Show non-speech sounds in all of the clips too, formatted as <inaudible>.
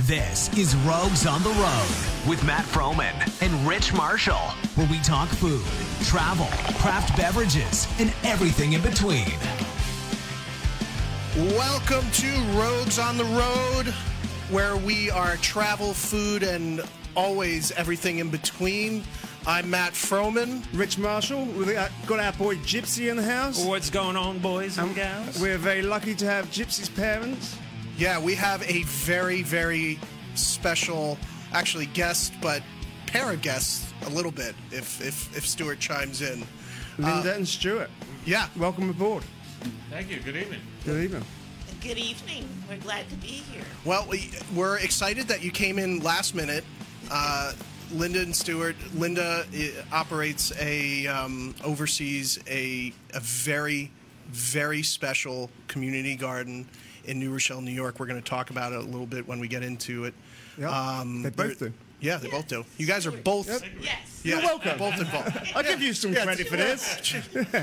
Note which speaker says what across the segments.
Speaker 1: This is Rogues on the Road with Matt Froman and Rich Marshall, where we talk food, travel, craft beverages, and everything in between.
Speaker 2: Welcome to Rogues on the Road, where we are travel, food, and always everything in between. I'm Matt Froman.
Speaker 3: Rich Marshall. We've got got our boy Gypsy in the house.
Speaker 4: What's going on, boys and gals?
Speaker 3: We're very lucky to have Gypsy's parents.
Speaker 2: Yeah, we have a very, very special, actually guest, but para guest a little bit. If if if Stuart chimes in,
Speaker 3: Linda and Stuart.
Speaker 2: yeah,
Speaker 3: Welcome aboard.
Speaker 5: Thank you. Good evening.
Speaker 3: Good evening.
Speaker 6: Good evening. We're glad to be here.
Speaker 2: Well, we, we're excited that you came in last minute. Uh, Linda and Stewart. Linda i operates a um, oversees a, a very very special community garden in New Rochelle, New York. We're going to talk about it a little bit when we get into it.
Speaker 3: Yeah, they both
Speaker 2: they're-
Speaker 3: do.
Speaker 2: Yeah, they both do. You guys are both.
Speaker 6: Yes.
Speaker 2: yeah,
Speaker 3: You're welcome.
Speaker 2: Both <laughs> involved.
Speaker 3: I'll give you some credit for this.
Speaker 2: <laughs>
Speaker 6: Two of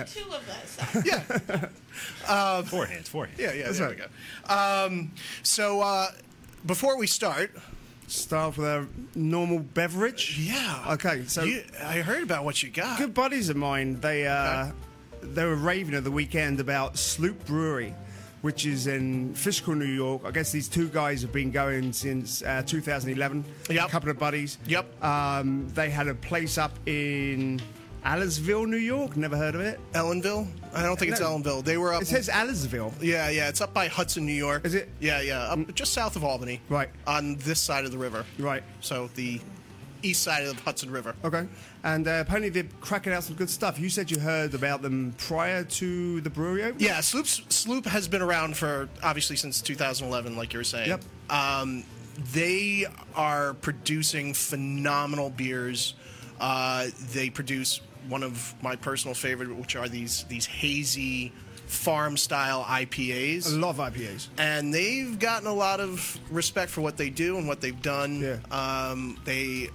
Speaker 6: us. are-
Speaker 2: Yeah,
Speaker 4: Four hands, four hands.
Speaker 2: yeah, yeah.
Speaker 3: That's
Speaker 2: There
Speaker 3: right.
Speaker 2: we go. Um, so uh, before we start,
Speaker 3: Start off with our normal beverage.
Speaker 2: yeah.
Speaker 3: Okay, so
Speaker 2: you, I heard about what you got.
Speaker 3: good buddies of mine, they uh, they were raving at the weekend about Sloop Brewery, which is in Fishkill, New York. I guess these two guys have been going since uh, 2011.
Speaker 2: Yep.
Speaker 3: A couple of buddies.
Speaker 2: Yep.
Speaker 3: Um, they had a place up in Allersville, New York. Never heard of it.
Speaker 2: Ellenville? I don't think it's
Speaker 3: No.
Speaker 2: Ellenville. They were up.
Speaker 3: It says Allersville.
Speaker 2: yeah, yeah. It's up by Hudson, New York.
Speaker 3: Is it? Mm.
Speaker 2: Yeah, yeah. Up just south of Albany.
Speaker 3: Right.
Speaker 2: On this side of the river.
Speaker 3: Right.
Speaker 2: So the east side of the Hudson River.
Speaker 3: Okay. And uh, apparently they're cracking out some good stuff. You said you heard about them prior to the brewery opening?
Speaker 2: Yeah, Sloop Sloop has been around for obviously since 2011, like you were saying.
Speaker 3: Yep.
Speaker 2: Um, they are producing phenomenal beers. Uh, they produce one of my personal favorite, which are these these hazy farm style IPAs.
Speaker 3: A lot of IPAs.
Speaker 2: and they've gotten a lot of respect for what they do and what they've done.
Speaker 3: Yeah.
Speaker 2: Um, they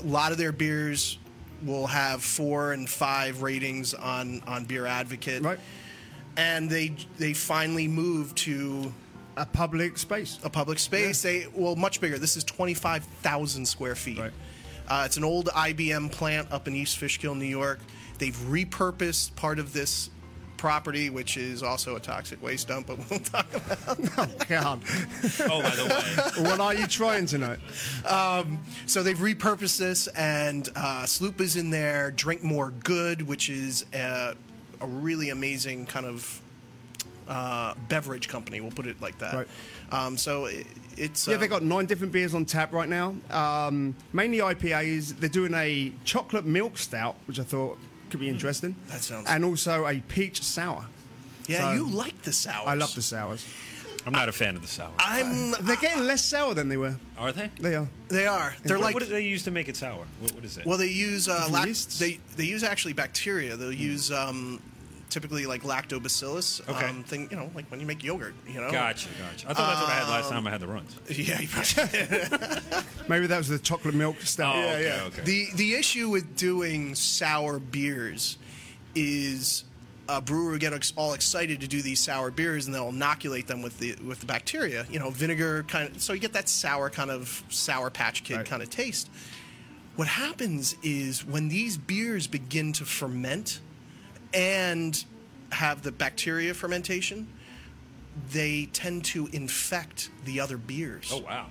Speaker 2: a lot of their beers will have four and five ratings on on Beer Advocate,
Speaker 3: Right.
Speaker 2: and they they finally moved to
Speaker 3: A public space. Oh,
Speaker 2: a public space. They well much bigger. This is twenty five thousand square feet.
Speaker 3: Right.
Speaker 2: Uh, it's an old IBM plant up in East Fishkill, New York. They've repurposed part of this property, which is also a toxic waste dump, but we'll <laughs> talk about. <laughs>
Speaker 3: God.
Speaker 4: Oh, by the way,
Speaker 3: what are you trying tonight?
Speaker 2: So they've repurposed this, and uh, Sloop is in there. Drink More Good, which is a, a really amazing kind of uh, beverage company. We'll put it like that.
Speaker 3: Right.
Speaker 2: Um, so it, it's
Speaker 3: Yeah,
Speaker 2: uh,
Speaker 3: they've got nine different beers on tap right now. Um, mainly IPAs. They're doing a chocolate milk stout, which I thought could be interesting.
Speaker 2: Hmm. That sounds-
Speaker 3: And also a peach sour.
Speaker 2: yeah.
Speaker 3: so-
Speaker 2: you like the sours?
Speaker 3: I love the sours.
Speaker 4: I'm not a fan of the sour.
Speaker 2: I'm.
Speaker 3: They're getting less sour than they were.
Speaker 4: Are they?
Speaker 3: They are.
Speaker 2: They are. They're
Speaker 4: what,
Speaker 2: like.
Speaker 4: what do they use to make it sour? What, what is it?
Speaker 2: well, they use uh,
Speaker 3: Different
Speaker 2: lac-
Speaker 3: yeasts?
Speaker 2: they they use actually bacteria. They'll
Speaker 3: Hmm.
Speaker 2: use um, typically like lactobacillus.
Speaker 4: Okay.
Speaker 2: Um, thing you know, like when you make yogurt. You know.
Speaker 4: gotcha, gotcha. I thought that's what I had
Speaker 2: Um,
Speaker 4: last time I had the runs.
Speaker 2: <laughs> Yeah. You probably-
Speaker 3: Maybe that was the chocolate milk stout.
Speaker 4: Oh, okay, okay.
Speaker 2: The the issue with doing sour beers is a brewer gets all excited to do these sour beers and they'll inoculate them with the with the bacteria, you know, vinegar kind of so you get that sour kind of sour patch kid
Speaker 3: Right.
Speaker 2: kind of taste. What happens is when these beers begin to ferment and have the bacteria fermentation, they tend to infect the other beers.
Speaker 4: oh, wow.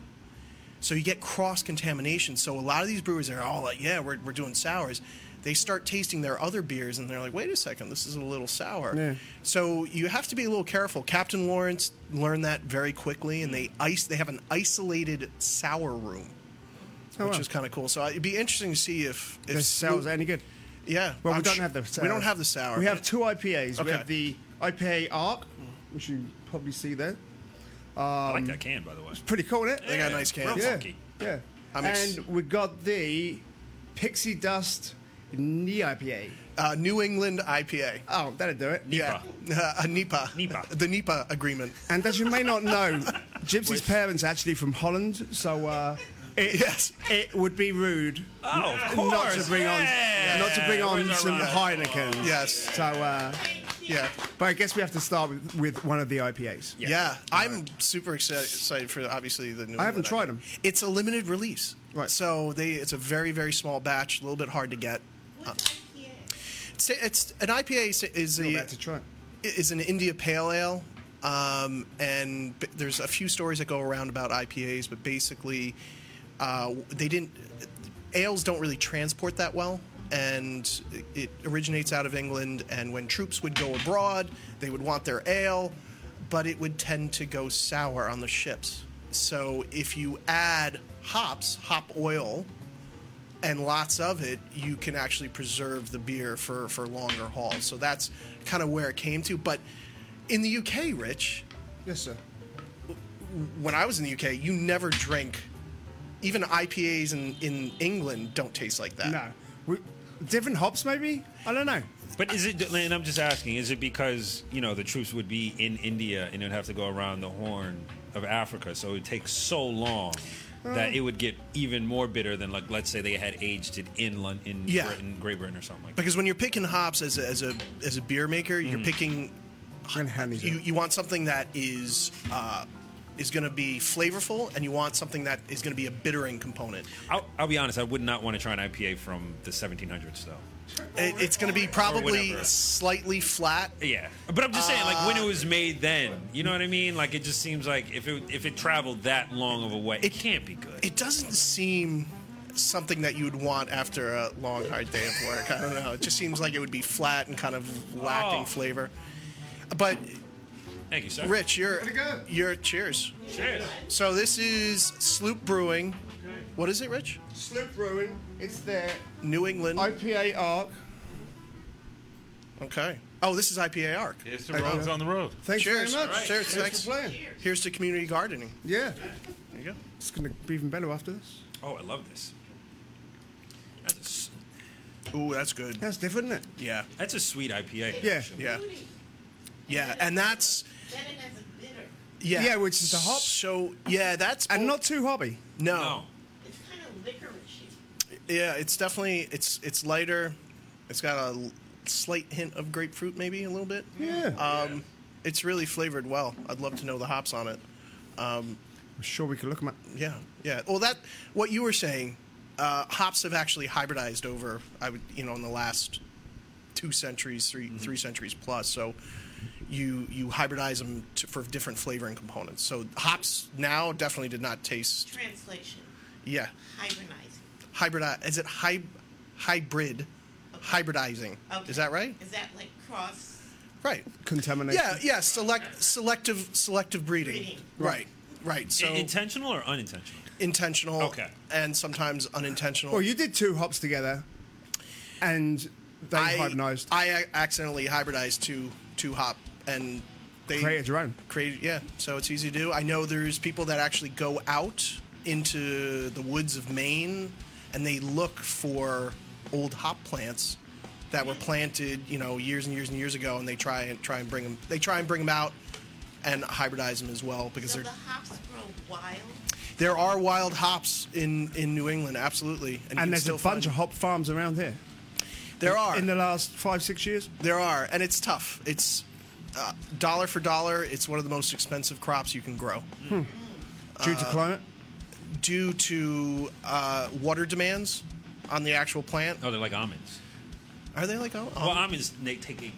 Speaker 2: So you get cross contamination. So a lot of these brewers are all like, yeah, we're, we're doing sours. They start tasting their other beers and they're like, wait a second, this is a little sour.
Speaker 3: Yeah.
Speaker 2: So you have to be a little careful. Captain Lawrence learned that very quickly and they ice they have an isolated sour room.
Speaker 3: Oh,
Speaker 2: which
Speaker 3: wow.
Speaker 2: is kind of cool. So it'd be interesting to see if if
Speaker 3: The sour's
Speaker 2: Snoop-
Speaker 3: any good.
Speaker 2: yeah.
Speaker 3: Well,
Speaker 2: I'm
Speaker 3: we don't
Speaker 2: sh-
Speaker 3: have the sour.
Speaker 2: We don't have the sour.
Speaker 3: We have two IPAs. We
Speaker 2: Okay.
Speaker 3: have the IPA Arc, which you probably see there.
Speaker 4: I
Speaker 2: um,
Speaker 4: like that can, by the way.
Speaker 3: Pretty cool, isn't it?
Speaker 2: They got nice
Speaker 4: real
Speaker 2: cans.
Speaker 3: Yeah.
Speaker 4: funky.
Speaker 3: Yeah.
Speaker 2: I'm ex-
Speaker 3: and we got the Pixie Dust Knee IPA.
Speaker 2: Uh, New England IPA.
Speaker 3: Oh, that'll do it.
Speaker 2: Yeah. <laughs> Uh, a NEPA.
Speaker 4: NEPA.
Speaker 2: The NEPA agreement.
Speaker 3: And as you may
Speaker 2: <laughs>
Speaker 3: not know, Gypsy's parents are actually from Holland, so uh,
Speaker 2: <laughs>
Speaker 3: it,
Speaker 2: Yes.
Speaker 3: it would be rude
Speaker 4: Oh, of
Speaker 3: not
Speaker 4: course.
Speaker 3: to bring on
Speaker 4: Yeah.
Speaker 3: not to bring on
Speaker 4: Where's our
Speaker 3: some
Speaker 4: round of
Speaker 3: Heineken.
Speaker 2: Yes.
Speaker 3: So uh,
Speaker 6: Thank you.
Speaker 2: Yeah.
Speaker 3: But I guess we have to start with, with one of the IPAs.
Speaker 2: Yeah, I'm super exci- excited for obviously the new.
Speaker 3: I haven't
Speaker 2: England.
Speaker 3: tried 'em.
Speaker 2: It's a limited release,
Speaker 3: Right.
Speaker 2: So they it's a very very small batch, a little bit hard to get.
Speaker 6: What's IPA?
Speaker 2: It's, it's an IPA is- is
Speaker 3: I'm
Speaker 2: the
Speaker 3: about to try. it.
Speaker 2: is an India Pale Ale, um, and b- there's a few stories that go around about IPAs, but basically, uh, they didn't ales don't really transport that well, and it originates out of England. And when troops would go abroad, they would want their ale, but it would tend to go sour on the ships. So if you add hops, hop oil, and lots of it, you can actually preserve the beer for, for longer hauls. So that's kind of where it came to. But in the UK, Rich,
Speaker 3: Yes, sir.
Speaker 2: when I was in the UK, you never drink. Even IPAs in, in England don't taste like that.
Speaker 3: No. We, different hops, maybe? I don't know.
Speaker 4: But is it? And I'm just asking: Is it because you know the troops would be in India and it would have to go around the Horn of Africa, so it would take so long that it would get even more bitter than like let's say they had aged it in Lon- in
Speaker 2: Yeah.
Speaker 4: Britain, Great Britain, or something like that.
Speaker 2: Because when you're picking hops as a, as a, as a beer maker, you're picking
Speaker 3: I'm going to hand these
Speaker 2: you,
Speaker 3: out.
Speaker 2: you want something that is uh, is going to be flavorful, and you want something that is going to be a bittering component.
Speaker 4: I'll, I'll be honest, I would not want to try an IPA from the 1700s though.
Speaker 2: It, it's going to be probably
Speaker 4: whatever.
Speaker 2: slightly flat.
Speaker 4: Yeah, but I'm just saying, like when it
Speaker 2: Uh,
Speaker 4: was made, then you know what I mean. Like it just seems like if it if it traveled that long of a way, it can't be good.
Speaker 2: it doesn't seem something that you would want after a long hard day of work. I don't know. It just seems like it would be flat and kind of lacking
Speaker 4: Oh.
Speaker 2: flavor. But
Speaker 4: Thank you, sir.
Speaker 2: Rich, you're
Speaker 3: Pretty good.
Speaker 2: you're cheers.
Speaker 4: Cheers.
Speaker 2: So this is Sloop Brewing. What is it, Rich?
Speaker 3: Sloop Brewing. It's there.
Speaker 2: New England.
Speaker 3: IPA arc.
Speaker 2: okay. Oh, this is IPA Arc.
Speaker 5: It's the roads on the road.
Speaker 3: Thanks
Speaker 2: Cheers.
Speaker 3: very much.
Speaker 2: All right. Cheers.
Speaker 3: Thanks
Speaker 2: Thanks.
Speaker 3: for playing.
Speaker 2: Here's to community gardening.
Speaker 3: Yeah.
Speaker 2: There you go.
Speaker 3: It's going to be even better after this.
Speaker 4: Oh, I love this. That's a, s-
Speaker 2: Ooh, that's good.
Speaker 3: That's different, isn't it?
Speaker 2: Yeah.
Speaker 4: that's a sweet IPA.
Speaker 3: Yeah.
Speaker 4: actually.
Speaker 2: Yeah.
Speaker 6: Fruity.
Speaker 2: Yeah, and that's
Speaker 6: Then it has a bitter.
Speaker 2: yeah.
Speaker 3: Yeah, which is the hops.
Speaker 2: So yeah, that's
Speaker 3: And not too hobby.
Speaker 4: No.
Speaker 6: It's kind of licoricey.
Speaker 2: Yeah, it's definitely it's it's lighter. It's got a l- slight hint of grapefruit, maybe a little bit.
Speaker 3: Yeah.
Speaker 2: Um, it's really flavored well. I'd love to know the hops on it.
Speaker 3: I'm sure we could look 'em up.
Speaker 2: Yeah, yeah. Well, that what you were saying, uh, hops have actually hybridized over. I would you know in the last two centuries, 3 three centuries plus. So you you hybridize them to, for different flavoring components. So hops now definitely did not taste.
Speaker 6: Translation.
Speaker 2: Yeah,
Speaker 6: Hibernizing.
Speaker 2: hybridize. Is it hy- hybrid? Hybridizing.
Speaker 6: Okay.
Speaker 2: Is that right?
Speaker 6: Is that like cross?
Speaker 2: Right.
Speaker 3: Contamination.
Speaker 2: Yeah, yeah. Select, selective, selective breeding.
Speaker 6: Breeding.
Speaker 2: Right. Right. So
Speaker 4: I- intentional or unintentional?
Speaker 2: intentional.
Speaker 4: Okay.
Speaker 2: And sometimes unintentional.
Speaker 3: Well, you did two hops together, and they
Speaker 2: I,
Speaker 3: hybridized.
Speaker 2: I ac- accidentally hybridized two two hop and they
Speaker 3: Created your own.
Speaker 2: Created, yeah. So it's easy to do. I know there's people that actually go out into the woods of Maine and they look for old hop plants that were planted, you know, years and years and years ago, and they try and try and bring them. They try and bring them out and hybridize them as well because
Speaker 6: So
Speaker 2: they're
Speaker 6: the hops grow wild.
Speaker 2: There are wild hops in, in New England, absolutely. you can
Speaker 3: and there's a
Speaker 2: still find-
Speaker 3: bunch of hop farms around here.
Speaker 2: There are.
Speaker 3: In the last five, six years.
Speaker 2: there are, and it's tough. It's uh, dollar for dollar. It's one of the most expensive crops you can grow
Speaker 3: Due
Speaker 2: Uh,
Speaker 3: to climate.
Speaker 2: due to uh, water demands on the actual plant.
Speaker 4: Oh, they're like almonds.
Speaker 2: Are they like oh,
Speaker 4: well, almonds they take a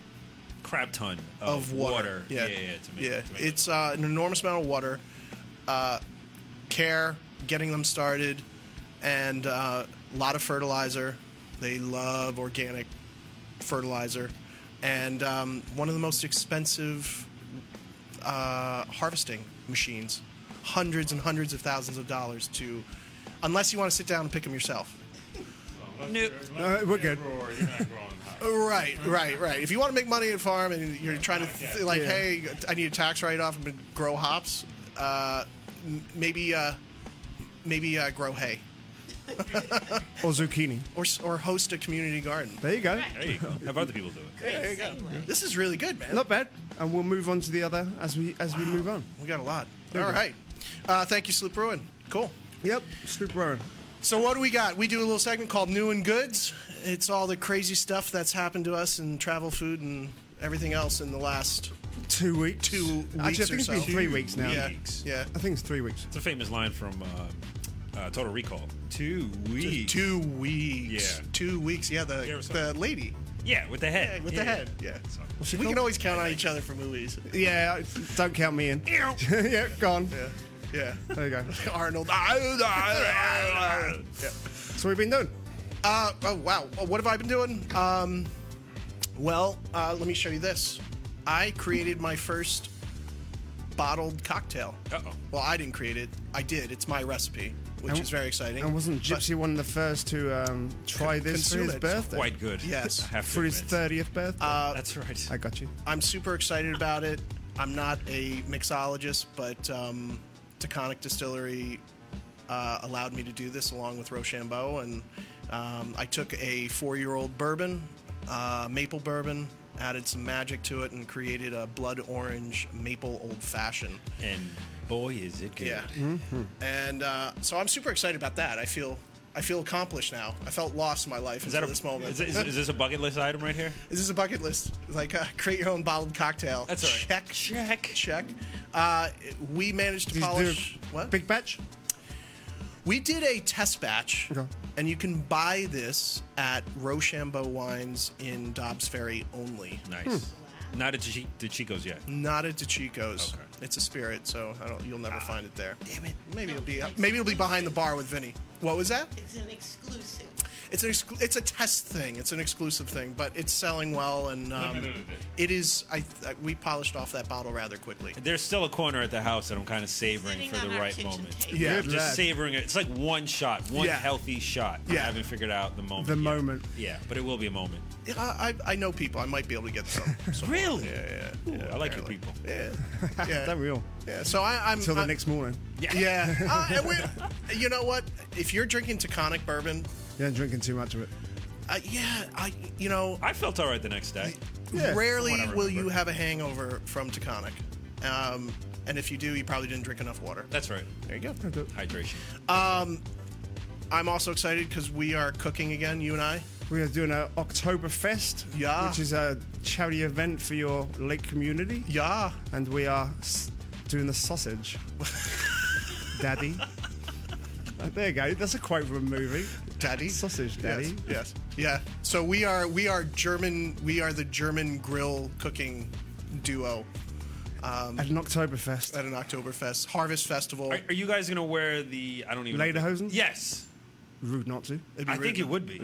Speaker 4: crap ton of,
Speaker 2: of water?
Speaker 4: Yeah, yeah, yeah, to make,
Speaker 2: Yeah.
Speaker 4: to make
Speaker 2: It's uh, an enormous amount of water. Uh, care, getting them started, and uh, a lot of fertilizer. They love organic fertilizer, and um, one of the most expensive uh, harvesting machines. Hundreds and hundreds of thousands of dollars to, unless you want to sit down and pick them yourself.
Speaker 4: Nope.
Speaker 3: Uh, we're good.
Speaker 5: You're not growing hot.
Speaker 2: Right, right, right. If you want to make money at farm and you're trying to th- like, hey, I need a tax write off and grow hops, uh, m- maybe uh, maybe uh, grow hay
Speaker 3: Or zucchini.
Speaker 2: or s- or host a community garden.
Speaker 3: There you go.
Speaker 4: There you
Speaker 2: <laughs>
Speaker 4: go. Have other people do it.
Speaker 6: Great segue.
Speaker 2: This is really good, man.
Speaker 3: Not bad. And we'll move on to the other as we as we move on.
Speaker 2: We got a lot.
Speaker 3: you
Speaker 2: All
Speaker 3: go.
Speaker 2: right. Uh, thank you, Sloop Ruin. Cool.
Speaker 3: Yep. Sloop Rowan.
Speaker 2: So what do we got? We do a little segment called New and Goods. It's all the crazy stuff that's happened to us in travel, food, and everything else in the last
Speaker 3: Two weeks.
Speaker 2: two weeks
Speaker 3: Actually, I think
Speaker 2: or
Speaker 3: it's
Speaker 2: so.
Speaker 3: been three weeks now.
Speaker 2: Yeah,
Speaker 4: Weeks.
Speaker 2: yeah.
Speaker 3: I think it's three weeks.
Speaker 4: It's a famous line from uh, uh, Total Recall. Two weeks.
Speaker 2: Two weeks.
Speaker 4: Yeah.
Speaker 2: Two weeks. Yeah, the
Speaker 4: Yeah, or
Speaker 2: the
Speaker 4: something.
Speaker 2: lady
Speaker 4: Yeah, with the head.
Speaker 2: yeah, with the head. Yeah.
Speaker 4: So-
Speaker 2: we can always count on each other for movies.
Speaker 3: Yeah, don't count
Speaker 2: <laughs>
Speaker 3: me in. <laughs> yeah, gone.
Speaker 2: Yeah.
Speaker 3: There you go.
Speaker 2: Arnold. <laughs> yeah.
Speaker 3: So we've been doing.
Speaker 2: Uh, oh wow. Uh, What have I been doing? Um, well, uh, let me show you this. I created my first bottled cocktail.
Speaker 4: Uh-oh.
Speaker 2: Well, I didn't create it. I did. It's my recipe, which
Speaker 3: And-
Speaker 2: is very exciting.
Speaker 3: And wasn't
Speaker 2: But-
Speaker 3: Gypsy one of the first to um, try this for
Speaker 2: consume
Speaker 3: his
Speaker 2: it.
Speaker 3: birthday?
Speaker 4: <laughs> Quite good.
Speaker 2: Yes.
Speaker 4: I have to
Speaker 3: For his
Speaker 4: admit.
Speaker 3: 30th birthday?
Speaker 4: That's right.
Speaker 3: I got you.
Speaker 2: I'm super excited about it. I'm not a mixologist, but um, Taconic Distillery uh, allowed me to do this along with Rochambeau, and um, I took a four-year-old bourbon, uh, maple bourbon, added some magic to it, and created a blood orange maple old fashioned.
Speaker 4: and boy, is it good.
Speaker 2: Yeah,
Speaker 4: Mm-hmm.
Speaker 2: and uh, so I'm super excited about that. I feel I feel accomplished now. I felt lost in my life
Speaker 4: Is
Speaker 2: until
Speaker 4: that a,
Speaker 2: this moment.
Speaker 4: Is, is, is this a bucket list item right here?
Speaker 2: This is a bucket list. Like, uh, create your own bottled cocktail.
Speaker 4: That's all right.
Speaker 2: Check. Check. Check. Uh, we managed to
Speaker 3: Did you do
Speaker 2: polish.
Speaker 3: a
Speaker 2: what? Uh,
Speaker 3: Big batch?
Speaker 2: we did a test batch,
Speaker 3: Okay.
Speaker 2: and you can buy this at Rochambeau Wines in Dobbs Ferry only.
Speaker 4: Nice. Not at Chi- the Chico's yet.
Speaker 2: Not at DeChico's.
Speaker 4: Okay. Ah.
Speaker 2: It's a spirit, so I don't, you'll never find it there.
Speaker 4: Damn it.
Speaker 2: Maybe it'll be maybe it'll be behind the bar with Vinny. What was that?
Speaker 6: It's an exclusive. <laughs>
Speaker 2: It's an exclu- it's a test thing. It's an exclusive thing, but it's selling well, and um,
Speaker 5: Limited edition.
Speaker 2: it is. I, I we polished off that bottle rather quickly.
Speaker 4: There's still a corner at the house that I'm kind of savoring
Speaker 6: Sitting
Speaker 4: for
Speaker 6: on
Speaker 4: the
Speaker 6: our
Speaker 4: right
Speaker 6: kitchen
Speaker 4: moment.
Speaker 6: table.
Speaker 2: Yeah.
Speaker 3: Good
Speaker 4: Just
Speaker 3: lad.
Speaker 4: savoring it. It's like one shot, one
Speaker 3: Yeah.
Speaker 4: healthy shot.
Speaker 2: Yeah.
Speaker 4: I haven't figured out the moment.
Speaker 3: The
Speaker 4: yet.
Speaker 3: moment.
Speaker 4: Yeah, but it will be a moment.
Speaker 2: Yeah, I, I I know people. I might be able to get
Speaker 4: <laughs>
Speaker 2: some.
Speaker 4: Really? Yeah, yeah. I like your
Speaker 2: apparently.
Speaker 4: people. <laughs>
Speaker 2: yeah, yeah.
Speaker 3: Don't we all?
Speaker 2: yeah. So I, I'm.
Speaker 3: Till the
Speaker 2: I-
Speaker 3: next morning. <laughs>
Speaker 2: Yeah. <laughs> Uh,
Speaker 4: <laughs>
Speaker 2: and we- you know what? If you're drinking Taconic bourbon,
Speaker 3: You don't drinking too much of it.
Speaker 2: uh, yeah, I. You know,
Speaker 4: I felt all right the next day.
Speaker 3: Yeah.
Speaker 2: rarely
Speaker 4: From what I
Speaker 2: will
Speaker 4: remember.
Speaker 2: you have a hangover from Taconic, um, and if you do, you probably didn't drink enough water.
Speaker 4: That's right.
Speaker 2: There you go.
Speaker 4: Hydration.
Speaker 2: I'm also excited because we are cooking again, you and I.
Speaker 3: We are doing an uh, Oktoberfest,
Speaker 2: Yeah.
Speaker 3: which is a charity event for your lake community.
Speaker 2: Yeah.
Speaker 3: And we are s- doing
Speaker 2: <laughs>
Speaker 3: the sausage. Daddy. Uh, There you go. That's a quote from a movie.
Speaker 2: Daddy.
Speaker 3: Sausage,
Speaker 2: Yes,
Speaker 3: daddy.
Speaker 2: Yes. Yeah. So we are we are German we are the German grill cooking duo
Speaker 3: At an Oktoberfest.
Speaker 2: at an Oktoberfest harvest festival.
Speaker 4: Are, are you guys gonna wear the? I don't even.
Speaker 3: Lederhosen?
Speaker 4: Yes.
Speaker 3: Rude not to.
Speaker 2: It'd be
Speaker 4: I
Speaker 2: rude
Speaker 4: think
Speaker 2: not-
Speaker 4: it would be.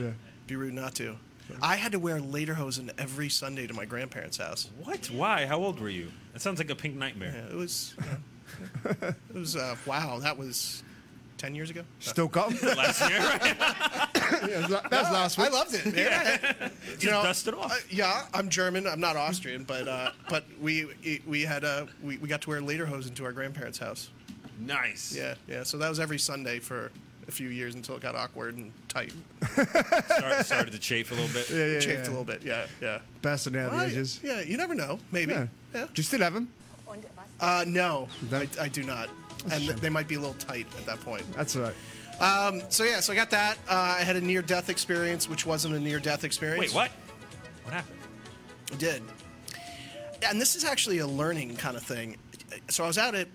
Speaker 2: be rude not to. I had to wear lederhosen every Sunday to my grandparents' house.
Speaker 4: What? Why? How old were you? That sounds like a pink nightmare.
Speaker 2: Yeah, It was uh, it was uh, wow, that was 10 years ago.
Speaker 3: Still got
Speaker 2: <laughs>
Speaker 3: 'em?
Speaker 4: Last year, right?
Speaker 3: Yeah, that was la- that was last week.
Speaker 2: I loved it. Man.
Speaker 4: Just dust it off.
Speaker 2: uh, yeah, I'm German. I'm not Austrian, but uh, but we we had uh, we, we got to wear lederhosen to our grandparents' house.
Speaker 4: nice.
Speaker 2: Yeah, yeah. So that was every Sunday for a few years until it got awkward and tight.
Speaker 4: Start, <laughs> started to chafe a little bit.
Speaker 3: yeah, yeah,
Speaker 2: Chafed
Speaker 3: yeah.
Speaker 2: a little bit. Yeah, yeah.
Speaker 3: Bursting out
Speaker 2: Well,
Speaker 3: the edges.
Speaker 2: Yeah, you never know. Maybe.
Speaker 3: Yeah.
Speaker 2: Yeah.
Speaker 3: Do you still have them?
Speaker 2: Uh, no, I,
Speaker 3: That-
Speaker 2: I do not.
Speaker 3: a
Speaker 2: And
Speaker 3: shame.
Speaker 2: they might be a little tight at that point.
Speaker 3: That's all right.
Speaker 2: So yeah, so I got that. Uh, I had a near-death experience, which wasn't a near-death experience.
Speaker 4: Wait, what? What happened?
Speaker 2: I did. And this is actually a learning kind of thing. So I was out at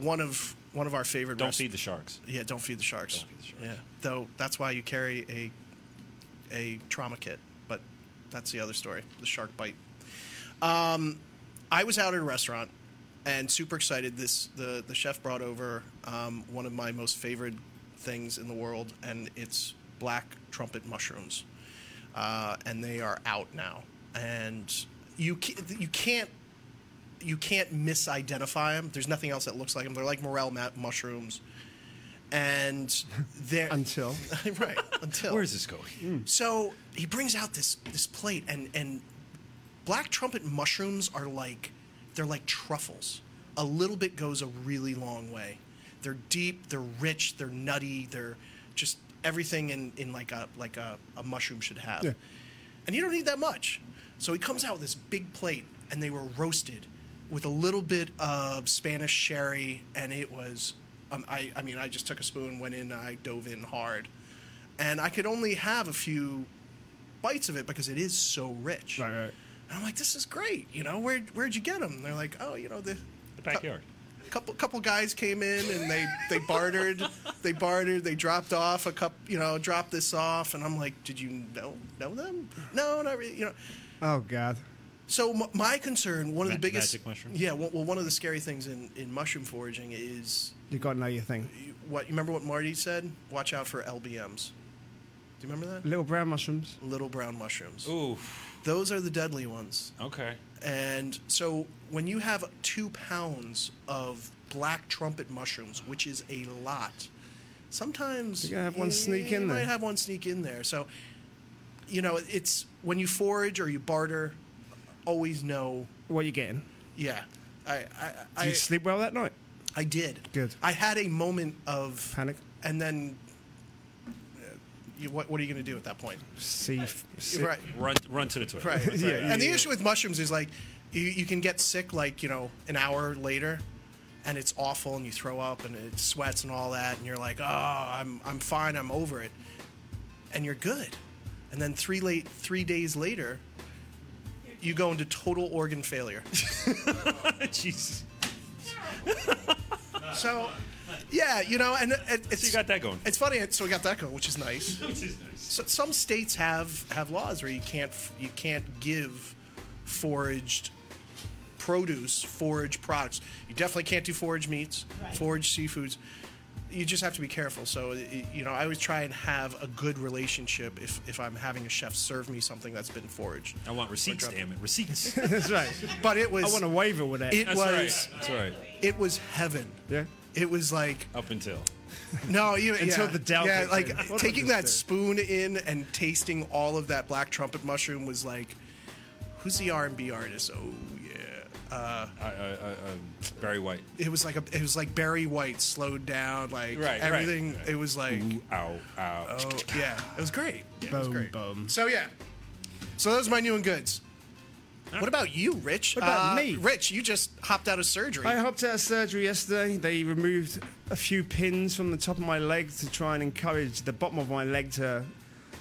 Speaker 2: one of one of our favorite.
Speaker 4: Don't
Speaker 2: rest-
Speaker 4: feed the sharks.
Speaker 2: Yeah, don't feed the sharks.
Speaker 4: Don't feed the sharks.
Speaker 2: Yeah, though that's why you carry a a trauma kit, but that's the other story. The shark bite. Um, I was out at a restaurant and super excited. This the the chef brought over um, one of my most favorite things in the world, and it's black trumpet mushrooms, uh, and they are out now. And you ca- you can't you can't misidentify them. There's nothing else that looks like them. They're like morel ma- mushrooms, and
Speaker 3: <laughs>
Speaker 2: they're
Speaker 3: Until.
Speaker 2: <laughs> right until
Speaker 4: Where is this going?
Speaker 2: so he brings out this this plate, and and black trumpet mushrooms are like they're like truffles. A little bit goes a really long way. They're deep, they're rich, they're nutty, they're just everything in, in like a like a, a mushroom should have.
Speaker 3: Yeah.
Speaker 2: And you don't need that much. So he comes out with this big plate, and they were roasted with a little bit of Spanish sherry, and it was. Um, I, I mean, I just took a spoon, went in, I dove in hard, and I could only have a few bites of it because it is so rich.
Speaker 3: Right, right.
Speaker 2: And And I'm like, this is great. You know, where where'd you get them? And they're like, oh, you know, the
Speaker 4: The backyard.
Speaker 2: couple couple guys came in and they they bartered, they bartered, they dropped off a cup, you know, dropped this off, and I'm like, did you know know them? No, not really, you know.
Speaker 3: Oh God.
Speaker 2: So m- my concern, one of the
Speaker 4: Ma-
Speaker 2: biggest,
Speaker 4: magic mushroom?
Speaker 2: yeah, well, well, one of the scary things in in mushroom foraging is
Speaker 3: You got to know your thing.
Speaker 2: you- what you remember what Marty said. Watch out for LBMs. Do you remember that?
Speaker 3: Little brown mushrooms.
Speaker 2: Little brown mushrooms.
Speaker 4: Ooh.
Speaker 2: Those are the deadly ones.
Speaker 4: Oh, Okay.
Speaker 2: And so when you have two pounds of black trumpet mushrooms, which is a lot, sometimes
Speaker 3: You're gonna have one sneak in
Speaker 2: you
Speaker 3: there.
Speaker 2: might have one sneak in there. So you know, it's when you forage or you barter, always know.
Speaker 3: What are you getting?
Speaker 2: Yeah, I I I,
Speaker 3: Did you sleep well that night?
Speaker 2: I did.
Speaker 3: Good.
Speaker 2: I had a moment of
Speaker 3: Panic?
Speaker 2: and then. uh, You, what, what are you going to do at that point?
Speaker 3: See, see-
Speaker 2: Right.
Speaker 4: Run, run to the toilet.
Speaker 2: Right.
Speaker 3: <laughs> Yeah, yeah,
Speaker 2: and the
Speaker 3: yeah.
Speaker 2: issue with mushrooms is like you, you can get sick like, you know, an hour later and it's awful and you throw up and it sweats and all that and you're like, "Oh, I'm I'm fine, I'm over it." And you're good. And then 3 late 3 days later you go into total organ
Speaker 4: <laughs>
Speaker 2: failure.
Speaker 4: <laughs> Jesus.
Speaker 2: so yeah, you know, and it, it's
Speaker 4: So you got that going.
Speaker 2: It's funny, so we got that going, which is nice.
Speaker 4: <laughs> Which is nice.
Speaker 2: So, some states have have laws where you can't f- you can't give foraged produce, forage products. You definitely can't do forage meats,
Speaker 6: Right.
Speaker 2: forage seafoods. You just have to be careful. So y- you know, I always try and have a good relationship if if I'm having a chef serve me something that's been foraged.
Speaker 4: I want receipts, damn it.
Speaker 2: <laughs>
Speaker 3: <laughs>
Speaker 4: Receipts.
Speaker 3: That's right.
Speaker 2: But it was
Speaker 3: I want to waver with that.
Speaker 2: it
Speaker 4: That's
Speaker 2: was
Speaker 4: right. That's right.
Speaker 2: it was heaven.
Speaker 3: yeah.
Speaker 2: It was like
Speaker 4: Up until.
Speaker 2: No, you,
Speaker 3: Until
Speaker 2: yeah.
Speaker 3: the doubt
Speaker 2: Yeah,
Speaker 3: gets
Speaker 2: like
Speaker 3: in. What
Speaker 2: taking
Speaker 3: was
Speaker 2: that
Speaker 3: there?
Speaker 2: spoon in and tasting all of that black trumpet mushroom was like, who's the R and B artist? Oh yeah, uh,
Speaker 4: I, I, I, um, Barry White.
Speaker 2: it was like a, it was like Barry White slowed down, like
Speaker 4: Right, right,
Speaker 2: everything.
Speaker 4: right.
Speaker 2: It was like,
Speaker 4: Ooh, ow, ow.
Speaker 2: oh yeah, it was great. Yeah, it was
Speaker 3: Boom,
Speaker 2: great.
Speaker 3: boom.
Speaker 2: So yeah, so those are my new and goods. What about you, Rich?
Speaker 3: What about
Speaker 2: Uh,
Speaker 3: me?
Speaker 2: Rich? You just hopped out of surgery.
Speaker 3: I hopped out of surgery yesterday. They removed a few pins from the top of my leg to try and encourage the bottom of my leg to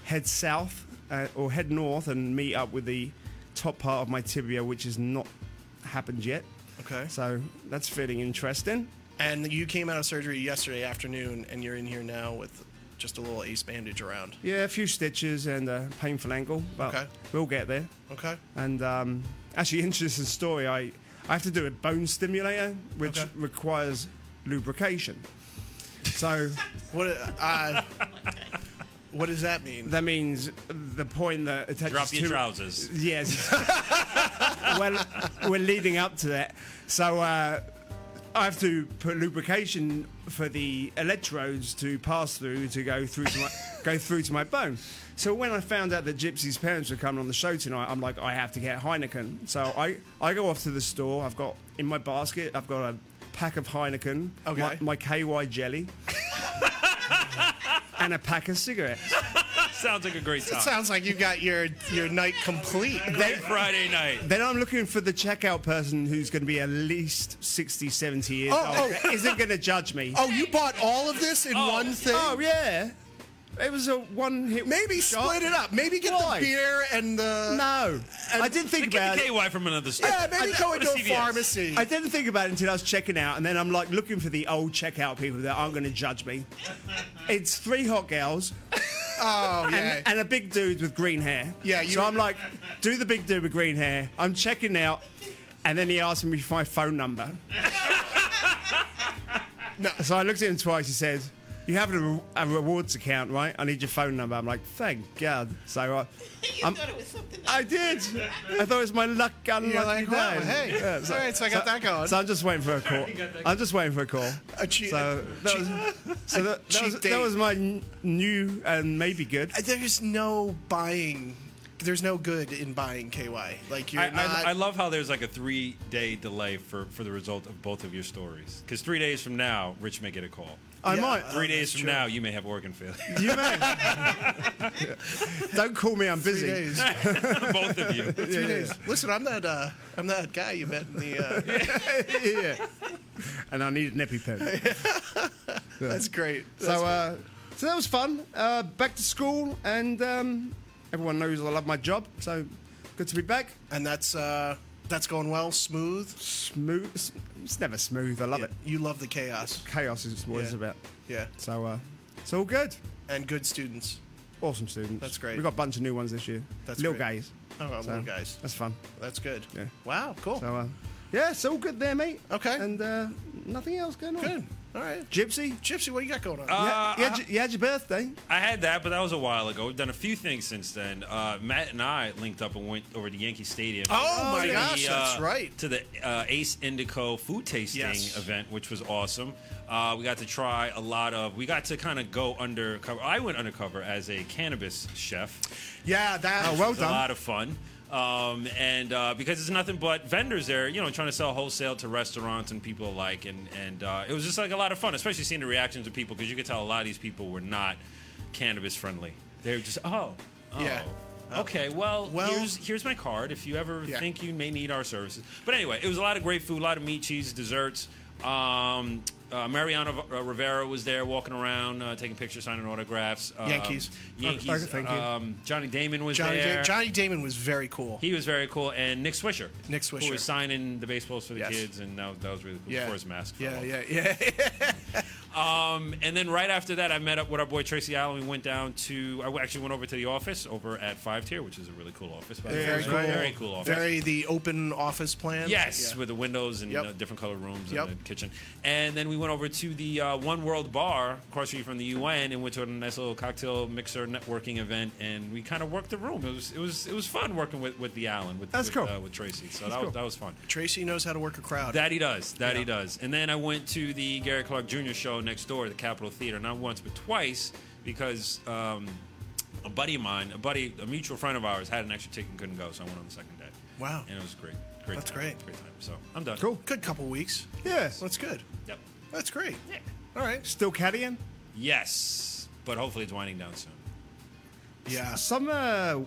Speaker 3: head south uh, or head north and meet up with the top part of my tibia, which has not happened yet.
Speaker 2: Okay.
Speaker 3: So that's feeling interesting.
Speaker 2: and you came out of surgery yesterday afternoon, and you're in here now with just a little ace bandage around.
Speaker 3: Yeah, a few stitches and a painful ankle, but
Speaker 2: Okay.
Speaker 3: we'll get there.
Speaker 2: Okay.
Speaker 3: And um, actually, <laughs> interesting story. I I have to do a bone stimulator, which
Speaker 2: Okay.
Speaker 3: requires lubrication. So
Speaker 2: What uh, What does that mean?
Speaker 3: that means the point that attaches
Speaker 4: Drop your
Speaker 3: to
Speaker 2: <laughs>
Speaker 4: trousers.
Speaker 3: Yes. <laughs> well, we're leading up to that. So uh, I have to put lubrication for the electrodes to pass through to go through to my, go through to my bone. So when I found out that Gypsy's parents were coming on the show tonight, I'm like, I have to get Heineken. So I, I go off to the store. I've got in my basket, I've got a pack of Heineken,
Speaker 2: Okay.
Speaker 3: my, my KY jelly, and a pack of cigarettes.
Speaker 4: Sounds like a great time.
Speaker 2: Sounds like you got your your night complete.
Speaker 4: Great Friday night.
Speaker 3: Then I'm looking for the checkout person who's going to be at least 60, 70 years
Speaker 2: Oh,
Speaker 3: old.
Speaker 2: oh.
Speaker 3: Isn't going to judge me.
Speaker 2: Oh, you bought all of this in one thing.
Speaker 3: Oh, yeah. It was a one hit.
Speaker 2: Maybe
Speaker 3: shot.
Speaker 2: split it up. Maybe get
Speaker 3: Why?
Speaker 2: the beer and the.
Speaker 3: No. I didn't think
Speaker 4: Get
Speaker 3: about
Speaker 4: the
Speaker 3: it.
Speaker 4: KY from another store.
Speaker 2: Yeah, maybe
Speaker 3: I-
Speaker 2: go
Speaker 4: I-
Speaker 2: into a
Speaker 4: CVS.
Speaker 2: pharmacy.
Speaker 3: I didn't think about it until I was checking out, and then I'm like looking for the old checkout people that aren't going to judge me. It's three hot girls
Speaker 2: <laughs> oh yeah.
Speaker 3: and, and a big dude with green hair.
Speaker 2: Yeah, you-
Speaker 3: so I'm like, do the big dude with green hair. I'm checking out, and then he asked me for my phone number.
Speaker 2: <laughs> No.
Speaker 3: So I looked at him twice. He said, "You have a, re- a rewards account, right? I need your phone number." I'm like, "Thank God." So I,
Speaker 6: You
Speaker 3: I'm-
Speaker 6: thought it was something else.
Speaker 3: I did. I thought it was my luck unlucky
Speaker 2: You're like,
Speaker 3: day.
Speaker 2: wow, hey.
Speaker 3: Yeah,
Speaker 2: all right, so I got that going.
Speaker 3: so I'm just waiting for a call. I'm just waiting for a call.
Speaker 2: A cheat-
Speaker 3: So that was, so that, that
Speaker 2: cheap
Speaker 3: was,
Speaker 2: date.
Speaker 3: that was my n- new and maybe good.
Speaker 2: there's no buying. There's no good in buying KY. Like you're
Speaker 4: I,
Speaker 2: not.
Speaker 4: I, I love how there's like a three day delay for, for the result of both of your stories. Because three days from now, Rich may get a call.
Speaker 3: I
Speaker 2: Yeah.
Speaker 3: might.
Speaker 4: Three days
Speaker 2: Oh, that's
Speaker 4: from
Speaker 2: true.
Speaker 4: now, you may have organ failure. <laughs>
Speaker 3: You may.
Speaker 2: <laughs>
Speaker 3: Don't call me. I'm
Speaker 2: three
Speaker 3: busy.
Speaker 2: days.
Speaker 4: both of you.
Speaker 2: Three days. Listen, I'm that. Uh, I'm that guy you met in the. Uh,
Speaker 3: yeah. <laughs> And I need
Speaker 2: <laughs>
Speaker 3: an EpiPen.
Speaker 2: That's great. That's
Speaker 3: So, uh, so that was fun. Uh, back to school, and um, everyone knows I love my job. So Good to be back.
Speaker 2: and that's uh, that's going well, smooth.
Speaker 3: Smooth. It's never smooth. I love it.
Speaker 2: You love the chaos,
Speaker 3: Chaos is what it's
Speaker 2: Yeah.
Speaker 3: about.
Speaker 2: yeah,
Speaker 3: So uh, it's all good.
Speaker 2: and good students.
Speaker 3: Awesome students.
Speaker 2: That's great.
Speaker 3: We've got a bunch of new ones this year.
Speaker 2: That's
Speaker 3: little
Speaker 2: great.
Speaker 3: guys.
Speaker 2: Oh, well,
Speaker 3: So
Speaker 2: little guys.
Speaker 3: That's fun.
Speaker 2: That's good.
Speaker 3: Yeah.
Speaker 2: Wow, cool.
Speaker 3: So uh, yeah, it's all good there, mate.
Speaker 2: Okay.
Speaker 3: And uh, nothing else going on.
Speaker 2: good. All right,
Speaker 3: Gypsy.
Speaker 2: Gypsy, what you got going on?
Speaker 3: you,
Speaker 4: Uh,
Speaker 3: had, you, had, your- you had your birthday.
Speaker 4: I had that, but that was a while ago. We've done a few things since then. Uh, Matt and I linked up and went over to Yankee Stadium.
Speaker 2: Oh, my
Speaker 4: to
Speaker 2: gosh, that's right.
Speaker 4: To the uh, Ace Indico food tasting
Speaker 2: Yes.
Speaker 4: event, which was awesome. Uh, we got to try a lot of. We got to kind of go undercover. I went undercover as a cannabis chef.
Speaker 3: Yeah, that. Oh, well
Speaker 4: It was a
Speaker 3: done.
Speaker 4: lot of fun. Um, and uh, because it's nothing but vendors there, you know, trying to sell wholesale to restaurants and people alike. And, and uh, it was just like a lot of fun, especially seeing the reactions of people because you could tell a lot of these people were not cannabis friendly. They were just, oh, oh.
Speaker 2: Yeah.
Speaker 4: Okay, well,
Speaker 2: Well-
Speaker 4: here's here's my card if you ever
Speaker 2: Yeah.
Speaker 4: think you may need our services. But anyway, it was a lot of great food, a lot of meat, cheese, desserts. Um, uh, Mariano uh, Rivera was there walking around, uh, taking pictures, signing autographs. Um,
Speaker 2: Yankees.
Speaker 4: Yankees.
Speaker 3: Okay, thank you.
Speaker 4: Um, Johnny Damon was
Speaker 2: Johnny,
Speaker 4: there.
Speaker 2: da- Johnny Damon was very cool.
Speaker 4: He was very cool, and Nick Swisher.
Speaker 2: Nick Swisher.
Speaker 4: who was signing the baseballs for the
Speaker 2: Yes.
Speaker 4: kids, and that, that was really cool.
Speaker 2: yeah.
Speaker 4: For his mask.
Speaker 2: Yeah,
Speaker 4: fell off.
Speaker 2: yeah, yeah,
Speaker 4: Um, and then right after that, I met up with our boy Tracy Allen. We went down to. I actually went over to the office over at Five Tier, which is a really cool office. by the way.
Speaker 2: Very cool.
Speaker 4: Very cool office.
Speaker 2: Very the open office plan.
Speaker 4: Yes,
Speaker 2: Yeah.
Speaker 4: with the windows and
Speaker 2: Yep.
Speaker 4: uh, different color rooms
Speaker 2: Yep.
Speaker 4: and the kitchen. And then we went over to the uh, One World Bar across the street from the UN and went to a nice little cocktail mixer networking event. And we kind of worked the room. It was it was it was fun working with, with the Allen with
Speaker 3: That's
Speaker 4: with,
Speaker 3: cool.
Speaker 4: uh, with Tracy. So that was that was fun.
Speaker 2: Tracy knows how to work a crowd.
Speaker 4: That he does. That he does. And then I went to the Gary Clark Jr. show next door at the Capitol Theater, not once but twice, because um, a buddy of mine, a buddy, a mutual friend of ours, had an extra ticket and couldn't go, so I went on the second day.
Speaker 2: Wow.
Speaker 4: And it was great. Great.
Speaker 2: That's
Speaker 4: time.
Speaker 2: great.
Speaker 4: Great time. So I'm done.
Speaker 3: Cool.
Speaker 2: good couple weeks.
Speaker 3: Yeah.
Speaker 2: That's good.
Speaker 4: Yep.
Speaker 2: That's great.
Speaker 4: Yeah.
Speaker 2: All right.
Speaker 3: Still caddying.
Speaker 4: Yes, but hopefully it's winding down soon.
Speaker 2: Yeah.
Speaker 3: Some. Uh,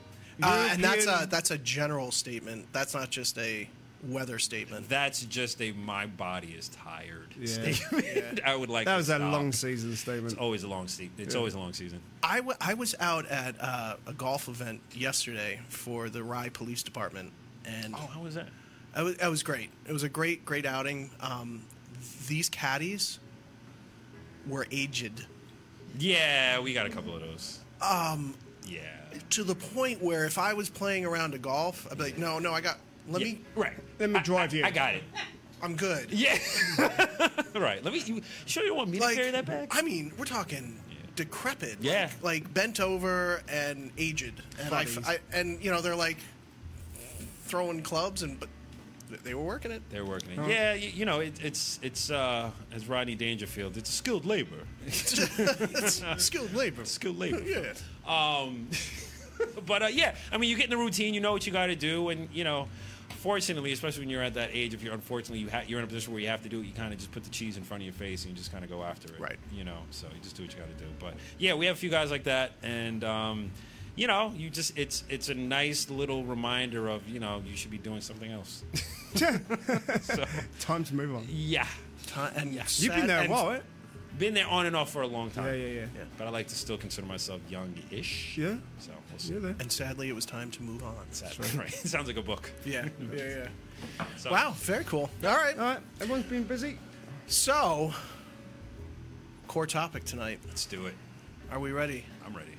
Speaker 2: Uh, and that's a
Speaker 3: European-
Speaker 2: that's a general statement. That's not just a weather statement.
Speaker 4: That's just a my body is tired <laughs>
Speaker 3: Yeah.
Speaker 4: statement. I would like
Speaker 3: That
Speaker 4: to
Speaker 3: was a
Speaker 4: stop.
Speaker 3: long season statement.
Speaker 4: It's always a long season. It's always a long season.
Speaker 2: I, w- I was out at uh, a golf event yesterday for the Rye Police Department, and
Speaker 3: Oh,
Speaker 4: How was that?
Speaker 2: It was, it was great. It was a great, great outing. Um, these caddies were aged
Speaker 4: Yeah, we got a couple of those. Um. Yeah.
Speaker 2: to the point where if I was playing around a golf, I'd be like, no, no, I got, let
Speaker 4: Yeah,
Speaker 2: me,
Speaker 4: Right.
Speaker 3: Let me
Speaker 4: I-
Speaker 3: drive
Speaker 4: I-
Speaker 3: you.
Speaker 4: I got it.
Speaker 2: I'm good.
Speaker 4: Yeah. <laughs> right. Let me. You, you sure you don't want me to carry that back?
Speaker 2: I mean, we're talking decrepit.
Speaker 4: Yeah.
Speaker 2: Like, like bent over and aged. And I, f-
Speaker 3: Buddies.
Speaker 2: I- and you know, they're like throwing clubs and, but they were working it.
Speaker 4: They're working
Speaker 3: Oh.
Speaker 4: it. Yeah. You, you know, it, it's it's uh, as Rodney Dangerfield. It's skilled labor. <laughs>
Speaker 2: it's skilled labor.
Speaker 3: <laughs>
Speaker 4: skilled labor.
Speaker 2: Yeah.
Speaker 4: Um, but uh, yeah, I mean, you get in the routine, you know what you got to do, and you know, fortunately, especially when you're at that age, if you're unfortunately you ha- you're in a position where you have to do it, you kind of just put the cheese in front of your face and you just kind of go after it,
Speaker 2: Right.
Speaker 4: You know, so you just do what you got to do. But yeah, we have a few guys like that, and um, you know, you just it's it's a nice little reminder of you know you should be doing something
Speaker 3: <laughs>
Speaker 4: else. so
Speaker 3: Time to move on.
Speaker 4: yeah,
Speaker 2: Ti- And Oh. yes.
Speaker 3: You've been there a while, eh?
Speaker 4: been there on and off for a long time.
Speaker 3: Yeah, yeah, yeah.
Speaker 4: But I like to still consider myself young-ish.
Speaker 3: Yeah.
Speaker 4: So we'll see.
Speaker 3: You're there.
Speaker 2: And sadly, it was time to move on.
Speaker 4: <laughs> Right. Sounds like a book. <laughs>
Speaker 2: Yeah. Yeah. Yeah.
Speaker 4: So-
Speaker 2: Wow, very cool. All right.
Speaker 3: All right. Everyone's been busy.
Speaker 2: So, core topic tonight.
Speaker 4: Let's do it.
Speaker 2: Are we ready?
Speaker 4: I'm ready.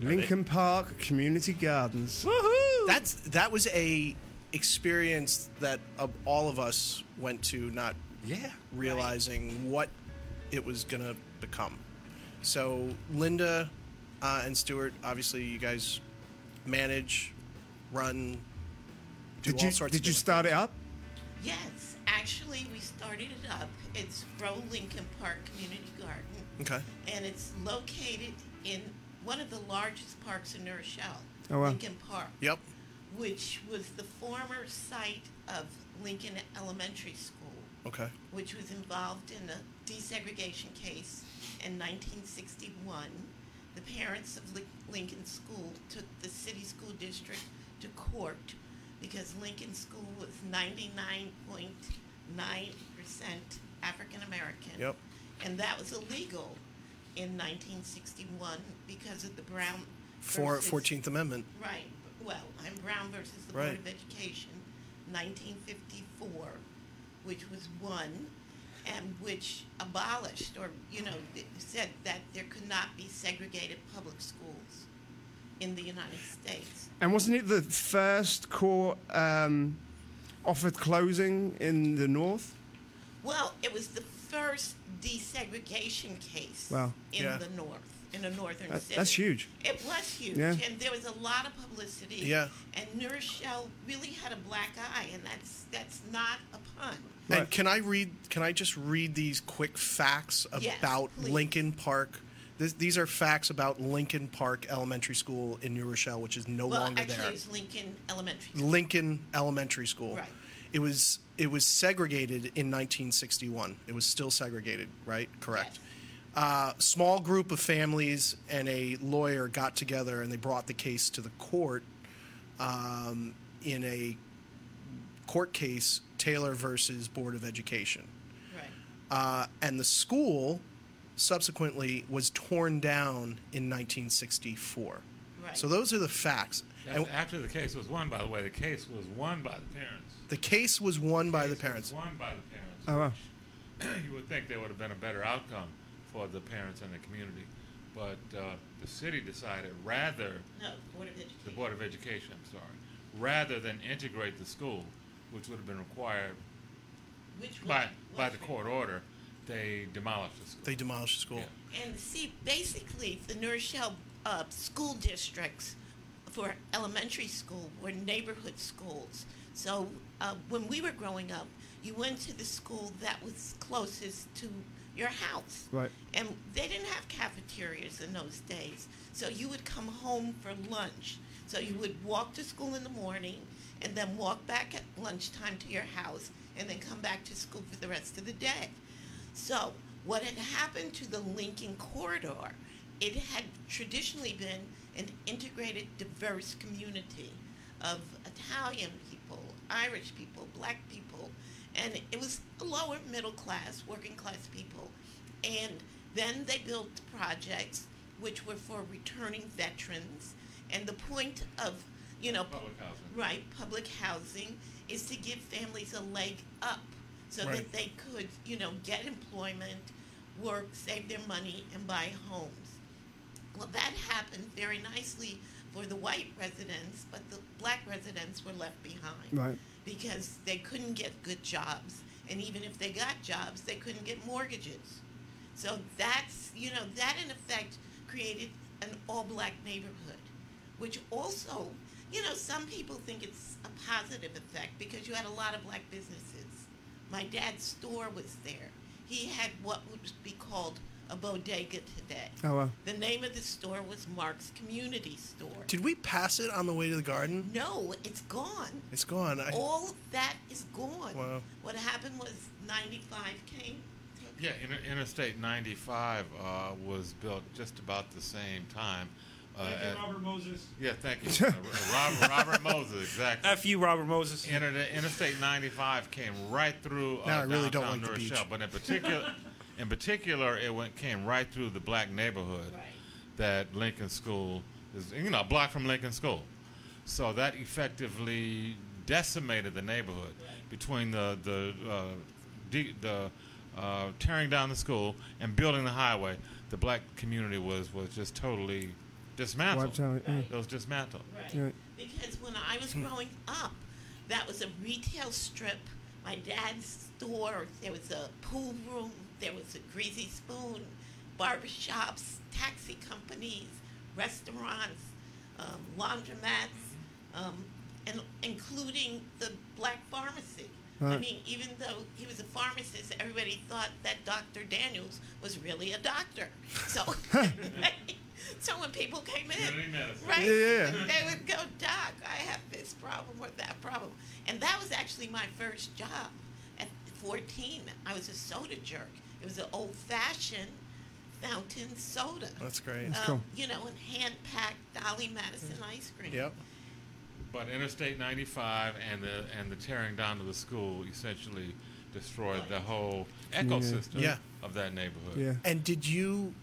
Speaker 3: Lincoln Park Community Gardens.
Speaker 4: Woohoo!
Speaker 2: That's that was a experience that uh, all of us went to, not
Speaker 4: yeah.
Speaker 2: realizing what it was gonna become. So, Linda uh, and Stuart, obviously, you guys manage, run, do
Speaker 3: Did
Speaker 2: all
Speaker 3: you
Speaker 2: sorts. of
Speaker 3: did you
Speaker 2: different-
Speaker 3: start it up?
Speaker 6: Yes, actually, we started it up. It's Row Lincoln Park Community Garden,
Speaker 2: Okay.
Speaker 6: and it's located in one of the largest parks in New Rochelle,
Speaker 3: Oh, wow.
Speaker 6: Lincoln Park.
Speaker 2: Yep.
Speaker 6: Which was the former site of Lincoln Elementary School.
Speaker 2: Okay.
Speaker 6: which was involved in a desegregation case in 1961. The parents of Lin- Lincoln School took the city school district to court because Lincoln School was 99.9% African American.
Speaker 2: Yep.
Speaker 6: And that was illegal in 1961 because of the Brown
Speaker 2: For
Speaker 6: versus-
Speaker 2: Fourteenth Amendment.
Speaker 6: Right. well, I'm Brown versus the
Speaker 2: Right.
Speaker 6: Board of Education, 1954, which was won and which abolished or, you know, th- said that there could not be segregated public schools in the United States.
Speaker 3: And wasn't it the first court um, offered closing in the north?
Speaker 6: Well, it was the first desegregation case
Speaker 3: Wow.
Speaker 6: in
Speaker 2: Yeah.
Speaker 6: the North, in the northern
Speaker 3: That-
Speaker 6: city.
Speaker 3: that's huge.
Speaker 6: It was huge,
Speaker 3: Yeah.
Speaker 6: and there was a lot of publicity.
Speaker 2: Yeah.
Speaker 6: And Nourishell really had a black eye, and that's that's not a pun.
Speaker 2: And can I read? Can I just read these quick facts
Speaker 6: Yes,
Speaker 2: about
Speaker 6: please.
Speaker 2: Lincoln Park? This, these are facts about Lincoln Park Elementary School in New Rochelle, which is no
Speaker 6: Well,
Speaker 2: longer
Speaker 6: actually,
Speaker 2: there.
Speaker 6: it's Lincoln Elementary.
Speaker 2: Lincoln Elementary School.
Speaker 6: Right.
Speaker 2: It was it was segregated in 1961. It was still segregated, right? Correct. Uh, small group of families and a lawyer got together and they brought the case to the court um, in a court case Taylor versus Board of Education.
Speaker 6: right.
Speaker 2: Uh, and the school subsequently was torn down in 1964.
Speaker 6: Right.
Speaker 2: So those are the facts.
Speaker 5: That's
Speaker 2: and
Speaker 5: after the case was won, by the way, the case was won by the parents.
Speaker 2: the case was won by
Speaker 5: Case
Speaker 2: the
Speaker 5: was
Speaker 2: parents.
Speaker 5: Won by the parents.
Speaker 3: Oh, wow.
Speaker 5: which you would think there would have been a better outcome for the parents and the community, but uh, the city decided rather
Speaker 6: No, Board of Education.
Speaker 5: the Board of Education, I'm sorry, rather than integrate the school, which would have been required
Speaker 6: which was,
Speaker 5: by, by
Speaker 6: was
Speaker 5: the court order, they demolished the school.
Speaker 2: They demolished the school.
Speaker 6: And see, basically, the New Rochelle uh, school districts for elementary school were neighborhood schools. So uh, when we were growing up, you went to the school that was closest to your house.
Speaker 3: Right.
Speaker 6: And they didn't have cafeterias in those days. So you would come home for lunch. So you would walk to school in the morning and then walk back at lunchtime to your house and then come back to school for the rest of the day. So, what had happened to the Lincoln corridor? It had traditionally been an integrated, diverse community of Italian people, Irish people, black people, and it was lower middle class, working class people. And then they built projects which were for returning veterans. And the point of, you know,
Speaker 5: Public housing.
Speaker 6: Right, public housing is to give families a leg up so
Speaker 2: Right.
Speaker 6: that they could, you know, get employment, work, save their money, and buy homes. Well, that happened very nicely for the white residents, but the black residents were left behind
Speaker 3: Right.
Speaker 6: because they couldn't get good jobs, and even if they got jobs, they couldn't get mortgages. So that's you know that in effect created an all-black neighborhood, which also you know some people think it's a positive effect because you had a lot of black businesses. My dad's store was there. He had what would be called a bodega today.
Speaker 3: Oh, wow.
Speaker 6: The name of the store was Mark's Community Store.
Speaker 2: Did we pass it on the way to the garden?
Speaker 6: no, it's gone
Speaker 2: It's gone. I,
Speaker 6: all of that is gone.
Speaker 2: Wow.
Speaker 6: What happened was 95 came.
Speaker 5: Yeah, Inter- Interstate 95 uh, was built just about the same time. Uh, at-
Speaker 4: Robert Moses.
Speaker 5: yeah, thank you. Uh, Robert, Robert Moses, exactly.
Speaker 4: F you, Robert Moses.
Speaker 5: Inter- Interstate 95 came right through uh,
Speaker 2: Now I really don't
Speaker 5: downtown
Speaker 2: like the
Speaker 5: New
Speaker 2: beach.
Speaker 5: Rochelle, but in particular, in particular, it went came right through the black neighborhood
Speaker 6: Right.
Speaker 5: that Lincoln School is, you know, a block from Lincoln School. So that effectively decimated the neighborhood between the the uh, de- the uh, tearing down the school and building the highway. The black community was was just totally dismantled.
Speaker 3: Wiped out, yeah.
Speaker 5: It was dismantled.
Speaker 6: Right.
Speaker 3: Right.
Speaker 6: Because when I was growing up, that was a retail strip. My dad's store, there was a pool room, there was a greasy spoon, barbershops, taxi companies, restaurants, um, laundromats, um, and including the black pharmacy. I
Speaker 3: Right.
Speaker 6: mean, even though he was a pharmacist, everybody thought that Dr. Daniels was really a doctor. So,
Speaker 3: <laughs>
Speaker 6: <laughs> so when people came
Speaker 5: Community
Speaker 6: in,
Speaker 5: medicine.
Speaker 6: right?
Speaker 3: Yeah, yeah.
Speaker 6: They would go, Doc, I have this problem or that problem. And that was actually my first job at 14. I was a soda jerk. It was an old fashioned fountain soda.
Speaker 2: that's great.
Speaker 6: um,
Speaker 3: cool.
Speaker 6: You know, and hand packed Dolly Madison ice cream.
Speaker 2: Yep.
Speaker 5: But Interstate 95 and the and the tearing down of the school essentially destroyed the whole ecosystem
Speaker 2: Yeah.
Speaker 5: of that neighborhood.
Speaker 3: Yeah.
Speaker 2: And did you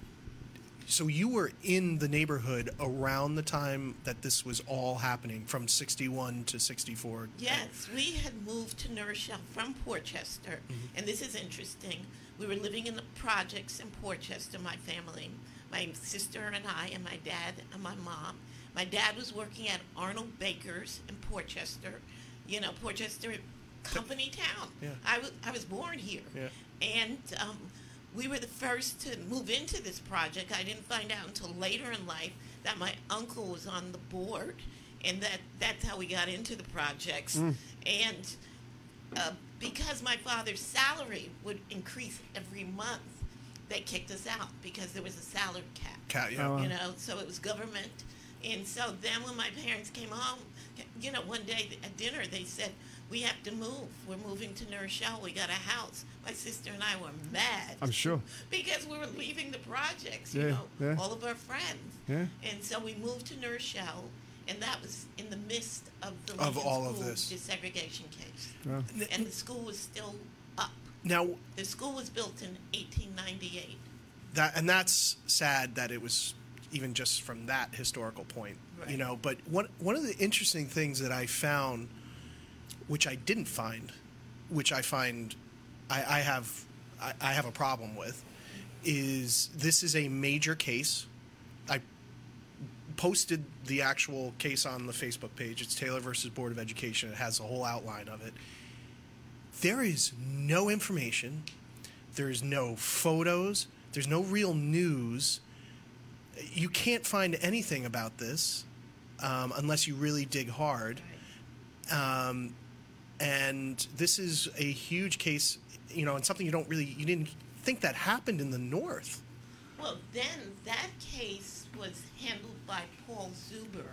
Speaker 2: So you were in the neighborhood around the time that this was all happening, from '61 to '64.
Speaker 6: Yes, we had moved to Nourishell from Portchester,
Speaker 2: Mm-hmm.
Speaker 6: and this is interesting. We were living in the projects in Portchester, my family, my sister and I, and my dad and my mom. My dad was working at Arnold Baker's in Portchester, you know, Portchester company town.
Speaker 2: Yeah.
Speaker 6: I was I was born here,
Speaker 2: Yeah.
Speaker 6: and um, we were the first to move into this project. I didn't find out until later in life that my uncle was on the board, and that that's how we got into the projects.
Speaker 3: Mm.
Speaker 6: And uh, because my father's salary would increase every month, they kicked us out because there was a salary cap.
Speaker 2: Cat, yeah.
Speaker 3: Oh, wow.
Speaker 6: You know, so it was government. And so then when my parents came home, you know, one day at dinner, they said, we have to move. We're moving to Nourishell. We got a house. My sister and I were mad.
Speaker 3: I'm sure.
Speaker 6: <laughs> Because we were leaving the projects, you
Speaker 3: Yeah,
Speaker 6: know,
Speaker 3: yeah.
Speaker 6: all of our friends.
Speaker 3: Yeah.
Speaker 6: And so we moved to Nourishell, and that was in the midst of the
Speaker 2: Of
Speaker 6: Lincoln
Speaker 2: all of
Speaker 6: School
Speaker 2: this.
Speaker 6: desegregation case.
Speaker 3: Wow.
Speaker 6: And the school was still up.
Speaker 2: Now
Speaker 6: The school was built in 1898.
Speaker 2: that and that's sad that it was even just from that historical point you
Speaker 6: Right.
Speaker 2: know but one one of the interesting things that i found which i didn't find which i find i, I have I, I have a problem with is this is a major case i posted the actual case on the facebook page it's taylor versus board of education it has a whole outline of it there is no information there's no photos there's no real news you can't find anything about this um, unless you really dig hard um, and this is a huge case you know and something you don't really you didn't think that happened in the north
Speaker 6: Well, then that case was handled by Paul Zuber,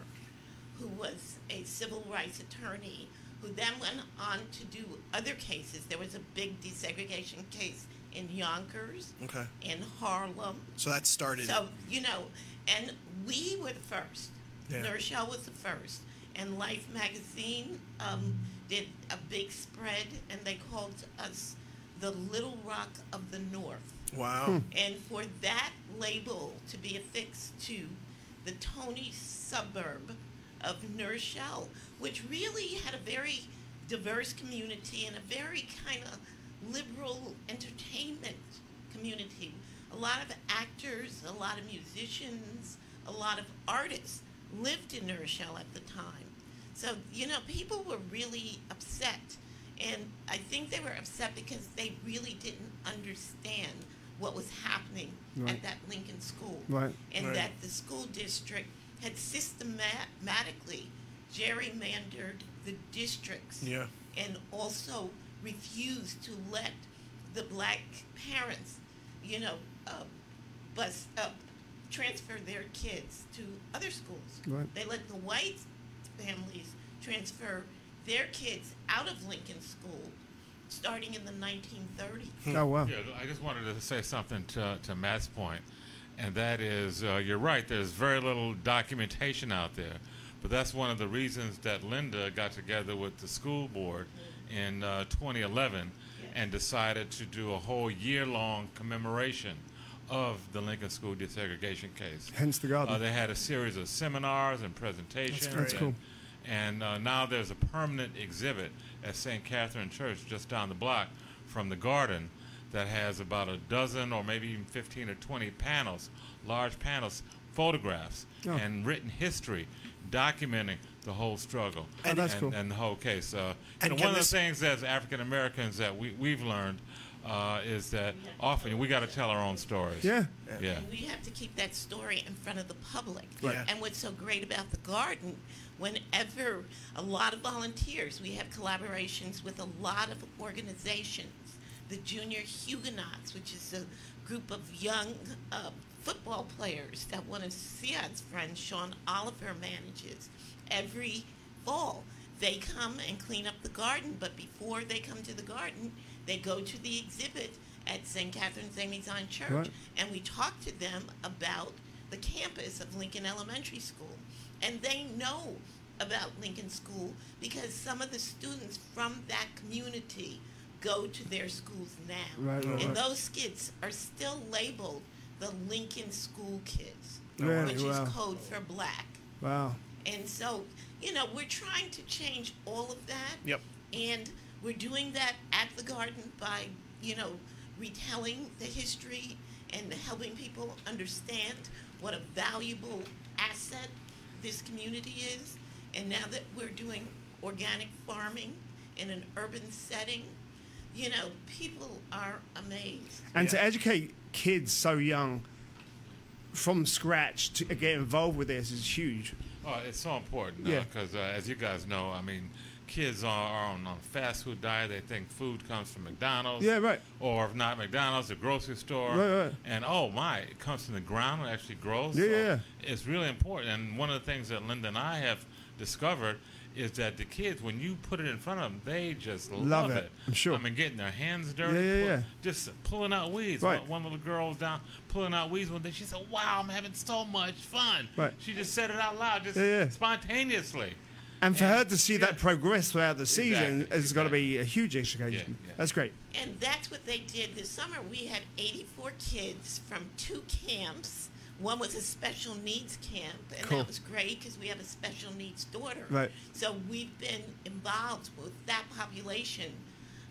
Speaker 6: who was a civil rights attorney, who then went on to do other cases. There was a big desegregation case in Yonkers,
Speaker 2: Okay.
Speaker 6: in Harlem.
Speaker 2: so that started
Speaker 6: So, you know, and we were the first.
Speaker 2: Yeah.
Speaker 6: Nourishell was the first. And Life magazine um, did a big spread, and they called us the Little Rock of the North.
Speaker 2: wow
Speaker 6: And for that label to be affixed to the Tony suburb of Nourishell, which really had a very diverse community and a very kind of liberal entertainment community. A lot of actors, a lot of musicians, a lot of artists lived in Nourishell at the time. So, you know, people were really upset. And I think they were upset because they really didn't understand what was happening
Speaker 3: Right.
Speaker 6: at that Lincoln school.
Speaker 3: Right.
Speaker 6: And
Speaker 2: Right.
Speaker 6: that the school district had systematically gerrymandered the districts
Speaker 2: Yeah.
Speaker 6: and also refused to let the black parents, you know, uh, bus uh, transfer their kids to other schools.
Speaker 3: Right.
Speaker 6: They let the white families transfer their kids out of Lincoln School, starting in the 1930s.
Speaker 3: Oh wow.
Speaker 5: Yeah, I just wanted to say something to, to Matt's point, and that is, uh, you're right. There's very little documentation out there, but that's one of the reasons that Linda got together with the school board in uh, 2011 and decided to do a whole year-long commemoration of the Lincoln School desegregation case.
Speaker 3: Hence the garden.
Speaker 5: Uh, they had a series of seminars and presentations.
Speaker 3: That's
Speaker 5: and-
Speaker 3: cool.
Speaker 5: and uh, now there's a permanent exhibit at St. Catherine Church just down the block from the garden that has about a dozen or maybe even 15 or 20 panels, large panels, photographs,
Speaker 3: Oh.
Speaker 5: and written history documenting the whole struggle
Speaker 3: Oh, that's
Speaker 5: and,
Speaker 3: cool.
Speaker 5: and the whole case. Uh, you
Speaker 2: And
Speaker 5: know,
Speaker 2: can
Speaker 5: one of the
Speaker 2: this-
Speaker 5: things as African Americans that we, we've learned uh, is that often we got to tell our own stories.
Speaker 3: Yeah.
Speaker 5: Yeah.
Speaker 6: And we have to keep that story in front of the public.
Speaker 2: Right. Yeah.
Speaker 6: And what's so great about the garden, whenever a lot of volunteers, we have collaborations with a lot of organizations. The Junior Huguenots, which is a group of young uh, football players that one of Sion's friends, Sean Oliver, manages every fall. They come and clean up the garden, but before they come to the garden, they go to the exhibit at St. Catherine's Amazon Church
Speaker 3: Right.
Speaker 6: and we talked to them about the campus of Lincoln Elementary School. And they know about Lincoln School because some of the students from that community go to their schools now.
Speaker 3: Right, right,
Speaker 6: and
Speaker 3: right.
Speaker 6: those kids are still labeled the Lincoln School Kids,
Speaker 3: Really?
Speaker 6: which
Speaker 3: Wow.
Speaker 6: is code for black.
Speaker 3: Wow.
Speaker 6: And so, you know, we're trying to change all of that.
Speaker 2: Yep.
Speaker 6: And we're doing that at the garden by, you know, retelling the history and helping people understand what a valuable asset this community is. And now that we're doing organic farming in an urban setting, you know, people are amazed.
Speaker 3: And to educate kids so young from scratch to get involved with this is huge.
Speaker 5: Oh, it's so important
Speaker 3: Yeah.
Speaker 5: because uh, as you guys know, I mean, kids are, are on a fast food diet. They think food comes from McDonald's.
Speaker 3: Yeah, right.
Speaker 5: Or if not McDonald's, the grocery store.
Speaker 3: Right, right.
Speaker 5: And oh my, it comes from the ground. It actually grows.
Speaker 3: Yeah, yeah, yeah.
Speaker 5: It's really important. And one of the things that Linda and I have discovered is that the kids, when you put it in front of them, they just love,
Speaker 3: Love it. I'm sure.
Speaker 5: I mean, getting their hands dirty.
Speaker 3: Yeah, yeah,
Speaker 5: pull-
Speaker 3: yeah.
Speaker 5: Just pulling out weeds.
Speaker 3: Right.
Speaker 5: One, one little girl was down pulling out weeds one day. She said, "Wow, I'm having so much fun."
Speaker 3: Right.
Speaker 5: She just said it out loud, just
Speaker 3: Yeah, yeah.
Speaker 5: spontaneously.
Speaker 3: And for
Speaker 5: Yeah.
Speaker 3: her to see that progress throughout the season
Speaker 5: Exactly,
Speaker 3: has got to be a huge education.
Speaker 5: Yeah, yeah.
Speaker 3: That's great.
Speaker 6: And that's what they did this summer. We had 84 kids from two camps. One was a special needs camp, and
Speaker 3: Cool.
Speaker 6: that was great because we have a special needs daughter.
Speaker 3: Right.
Speaker 6: So we've been involved with that population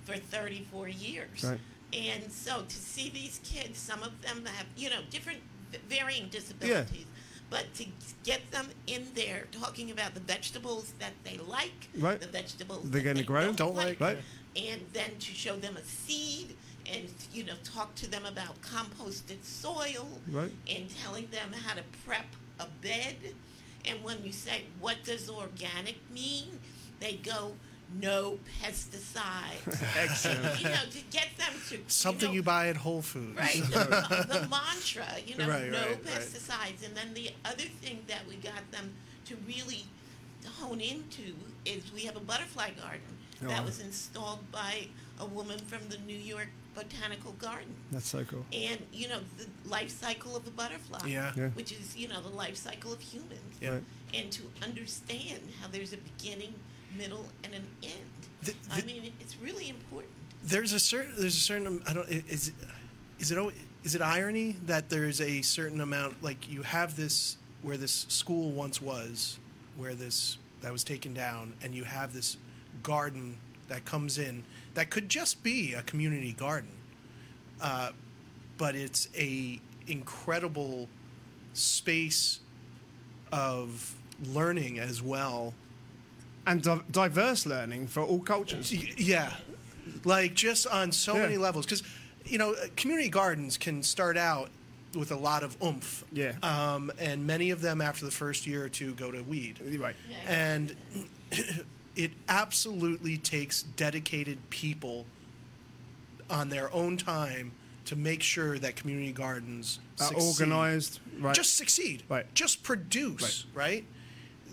Speaker 6: for 34 years.
Speaker 3: Right.
Speaker 6: And so to see these kids, some of them have, you know, different varying disabilities, but to get them in there talking about the vegetables that they like,
Speaker 3: Right.
Speaker 6: the vegetables
Speaker 3: They're
Speaker 6: that
Speaker 3: gonna
Speaker 6: they
Speaker 3: grow,
Speaker 2: don't like.
Speaker 3: Right?
Speaker 6: and then to show them a seed and you know talk to them about composted soil
Speaker 3: Right.
Speaker 6: and telling them how to prep a bed and when you say what does organic mean they go no
Speaker 2: <laughs>
Speaker 6: pesticides
Speaker 3: Excellent.
Speaker 6: you know to get them to
Speaker 2: Something
Speaker 6: know,
Speaker 2: you buy at Whole Foods.
Speaker 6: Right.
Speaker 2: <laughs>
Speaker 6: The, the mantra, you know,
Speaker 2: Right,
Speaker 6: no
Speaker 2: right, right.
Speaker 6: pesticides. And then the other thing that we got them to really hone into is we have a butterfly garden that
Speaker 3: Oh.
Speaker 6: was installed by a woman from the New York Botanical Garden.
Speaker 3: That's so cool.
Speaker 6: And, you know, the life cycle of a butterfly,
Speaker 2: Yeah.
Speaker 3: Yeah.
Speaker 6: which is, you know, the life cycle of humans.
Speaker 2: Yeah. Right.
Speaker 6: And to understand how there's a beginning, middle, and an end.
Speaker 2: The-
Speaker 6: I
Speaker 2: the-
Speaker 6: mean, it's really important.
Speaker 2: There's a certain. There's a certain. I don't. Is is it al- is it irony that there's a certain amount like you have this where this school once was, where this that was taken down, and you have this garden that comes in that could just be a community garden, uh, but it's a incredible space of learning as well
Speaker 3: And di- diverse learning for all cultures.
Speaker 2: Y- yeah like just on so
Speaker 3: Yeah.
Speaker 2: many levels because you know uh, community gardens can start out with a lot of oomph
Speaker 3: Yeah.
Speaker 2: um, and many of them after the first year or two go to weed
Speaker 3: Right.
Speaker 2: and <laughs> it absolutely takes dedicated people on their own time to make sure that community gardens
Speaker 3: Uh,
Speaker 2: succeed.
Speaker 3: organized. Right.
Speaker 2: just succeed
Speaker 3: Right.
Speaker 2: just produce right.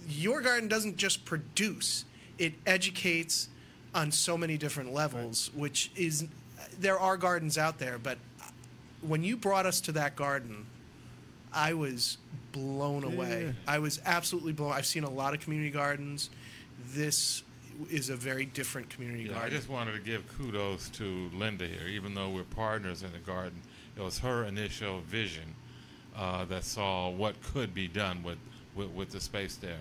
Speaker 2: your garden doesn't just produce it educates on so many different levels which is there are gardens out there but when you brought us to that garden i was blown away
Speaker 3: yeah.
Speaker 2: i was absolutely blown i've seen a lot of community gardens this is a very different community
Speaker 5: Yeah, I
Speaker 2: garden
Speaker 5: just wanted to give kudos to Linda here, even though we're partners in the garden. It was her initial vision uh, that saw what could be done with, with, with the space there.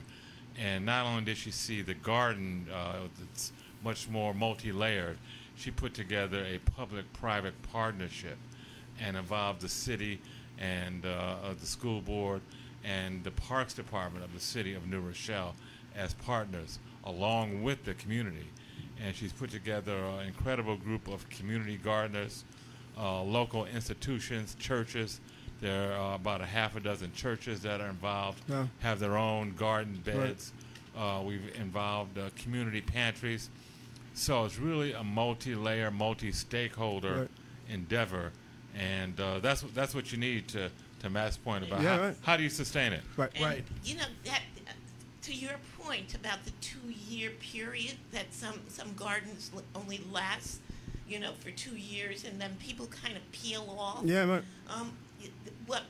Speaker 5: And not only did she see the garden, uh, it's much more multi layered, she put together a public private partnership and involved the city and uh, uh, the school board and the parks department of the city of New Rochelle as partners, along with the community. And she's put together an incredible group of community gardeners, uh, local institutions, churches. There are about a half a dozen churches that are involved,
Speaker 3: Yeah.
Speaker 5: have their own garden beds. Uh, we've involved uh, community pantries. So it's really a multi-layer, multi-stakeholder
Speaker 3: Right.
Speaker 5: endeavor, and uh, that's what- that's what you need to to Matt's point about
Speaker 3: Yeah,
Speaker 5: how,
Speaker 3: right.
Speaker 5: how do you sustain it.
Speaker 3: Right.
Speaker 6: And, You know that to your point about the two-year period that some some gardens l- only last, you know, for two years, and then people kind of peel off.
Speaker 3: Yeah, right.
Speaker 6: Um, y- th- what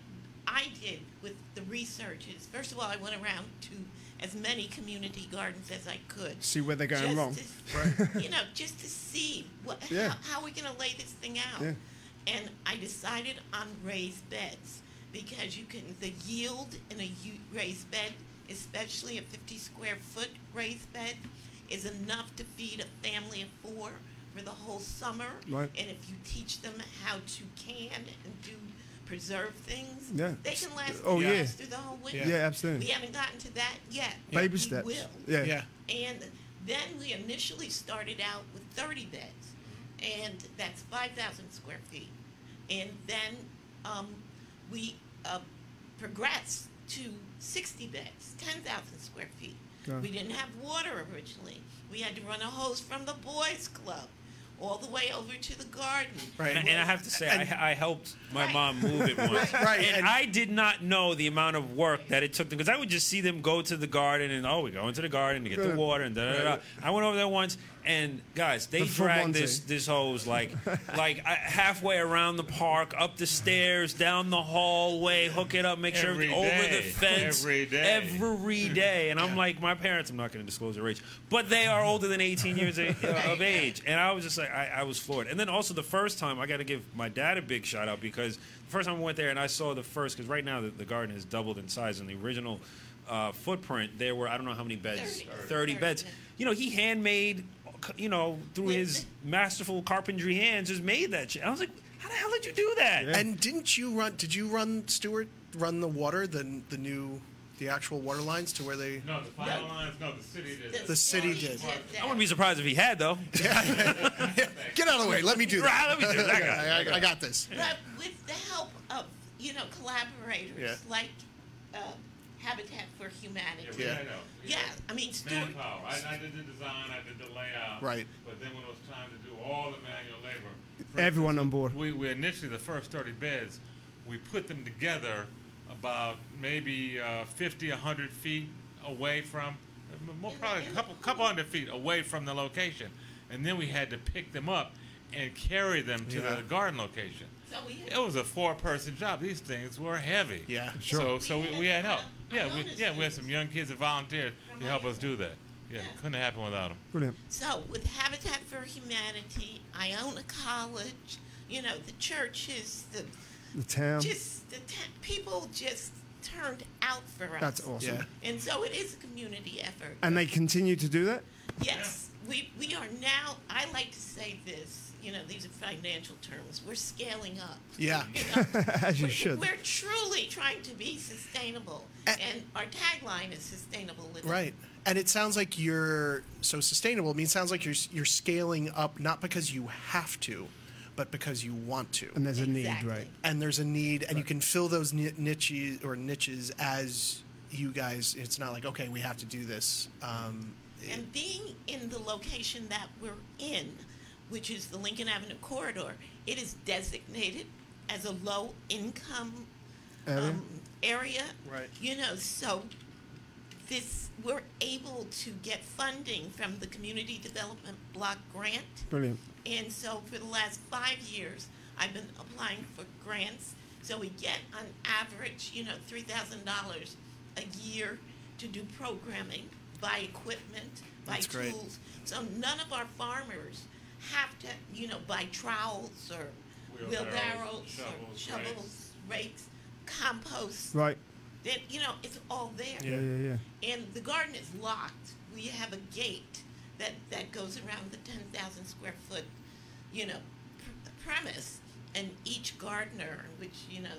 Speaker 6: I did with the research is, first of all, I went around to as many community gardens as I could.
Speaker 3: See where they're going wrong.
Speaker 6: just
Speaker 3: <laughs>
Speaker 6: to- you know, just to see what,
Speaker 3: Yeah.
Speaker 6: how, how are we going to lay this thing out.
Speaker 3: Yeah.
Speaker 6: and I decided on raised beds because you can the yield in a u- raised bed, especially a 50 square foot raised bed, is enough to feed a family of four for the whole summer.
Speaker 3: Right.
Speaker 6: And if you teach them how to can and do preserve things,
Speaker 3: Yeah.
Speaker 6: they can last
Speaker 3: Oh,
Speaker 6: years
Speaker 3: yeah.
Speaker 6: through the whole winter.
Speaker 3: Yeah, absolutely.
Speaker 6: We haven't gotten to that yet. but
Speaker 3: Baby
Speaker 6: we
Speaker 3: steps.
Speaker 6: will.
Speaker 3: Yeah.
Speaker 2: Yeah.
Speaker 6: And then we initially started out with 30 beds, and that's 5,000 square feet. And then um, we uh, progressed to 60 beds, 10,000 square feet.
Speaker 3: Yeah.
Speaker 6: We didn't have water originally. We had to run a hose from the boys' club all the way over to the garden.
Speaker 2: Right.
Speaker 4: And, and I have to say, I, I helped my
Speaker 6: Right.
Speaker 4: mom move it once.
Speaker 2: Right,
Speaker 4: And,
Speaker 2: and-
Speaker 4: I did not know the amount of work that it took them because I would just see them go to the garden and oh, we go into the garden to get the
Speaker 3: Good.
Speaker 4: water and da da da. I went over there once and guys, they
Speaker 3: The full
Speaker 4: dragged this
Speaker 3: Monty.
Speaker 4: this hose like like I, halfway around the park, up the stairs, down the hallway, hook it up, make sure
Speaker 5: Every
Speaker 4: everything- over
Speaker 5: day.
Speaker 4: the fence
Speaker 5: Every day.
Speaker 4: every day. And I'm like, my parents. I'm not going to disclose their age, but they are older than 18 years a- uh, of age. And I was just like, I, I was floored. And then also the first time, I got to give my dad a big shout out because the first time I went there and I saw the first because right now the, the garden has doubled in size. And the original uh, footprint, there were I don't know how many beds,
Speaker 6: 30.
Speaker 4: 30,
Speaker 6: 30,
Speaker 4: beds.
Speaker 6: yeah.
Speaker 4: You know, he handmade, you know, through
Speaker 6: With
Speaker 4: his masterful carpentry hands, just made that shit. I was like, how the hell did you do that?
Speaker 2: And didn't you run? Did you run Stewart run the water the the new the actual water lines to where they?
Speaker 5: No, the fire lines. No, the city did.
Speaker 2: The
Speaker 5: it.
Speaker 2: city did.
Speaker 6: that.
Speaker 4: I wouldn't be surprised if he had though.
Speaker 2: Get out of the way. Let me
Speaker 4: <laughs>
Speaker 2: do that.
Speaker 4: right, let me do that.
Speaker 2: <laughs>
Speaker 4: guy.
Speaker 2: I, I, I got this.
Speaker 6: But with the help of, you know, collaborators like uh, Habitat for Humanity.
Speaker 5: Yeah,
Speaker 2: Yeah.
Speaker 5: I know.
Speaker 6: Yeah, I mean, Stuart.
Speaker 5: Manpower. I, I did the design. I did the layout.
Speaker 2: Right.
Speaker 5: But then when it was time to do all the manual labor, for
Speaker 3: Everyone on board.
Speaker 5: we, we initially the first 30 beds we put them together about maybe uh, 50 100 feet away from more probably a couple couple hundred feet away from the location and then we had to pick them up and carry them to the garden location
Speaker 6: So we had-
Speaker 5: it was a four-person job these things were heavy
Speaker 2: Yeah,
Speaker 5: sure so so we, we had help
Speaker 6: We had,
Speaker 5: yeah
Speaker 6: uh,
Speaker 5: we, yeah we had some young kids that volunteered to help us do that yeah couldn't have happened without them
Speaker 3: Brilliant.
Speaker 6: So with Habitat for Humanity, I own a college, you know, the churches, the
Speaker 3: The town.
Speaker 6: just the t- people just turned out for us.
Speaker 3: That's awesome.
Speaker 2: Yeah.
Speaker 6: And so it is a community effort.
Speaker 3: And they continue to do that. <laughs>
Speaker 6: Yes, we, we are now. I like to say this. You know, these are financial terms. We're scaling up.
Speaker 2: Yeah.
Speaker 3: <laughs> As you
Speaker 6: We're-
Speaker 3: should.
Speaker 6: We're truly trying to be sustainable,
Speaker 2: A-
Speaker 6: and our tagline is sustainable living.
Speaker 2: Right. And it sounds like you're so sustainable. I mean, it sounds like you're you're scaling up not because you have to, but because you want to.
Speaker 3: And there's a need,
Speaker 6: Exactly.
Speaker 3: right?
Speaker 2: and there's a need, and you can fill those ni- niches or niches as you guys. It's not like okay, we have to do this. Um,
Speaker 6: And being in the location that we're in, which is the Lincoln Avenue corridor, it is designated as a low income
Speaker 3: Area.
Speaker 6: um, area.
Speaker 2: Right.
Speaker 6: You know, so this we're able to get funding from the Community Development Block Grant.
Speaker 3: Brilliant.
Speaker 6: And so for the last five years, I've been applying for grants. So we get on average, you know, $3,000 a year to do programming, buy equipment, buy
Speaker 2: That's great.
Speaker 6: tools. So none of our farmers have to, you know, buy trowels or
Speaker 5: Wheelbarrows,
Speaker 6: wheelbarrows, or
Speaker 5: shovels,
Speaker 6: shovels, rakes, compost.
Speaker 3: Right.
Speaker 6: Then, you know, it's all there.
Speaker 3: Yeah, yeah, yeah.
Speaker 6: And the garden is locked. We have a gate that, that goes around the 10,000 square foot, you know, pr- premise. And each gardener, which, you know,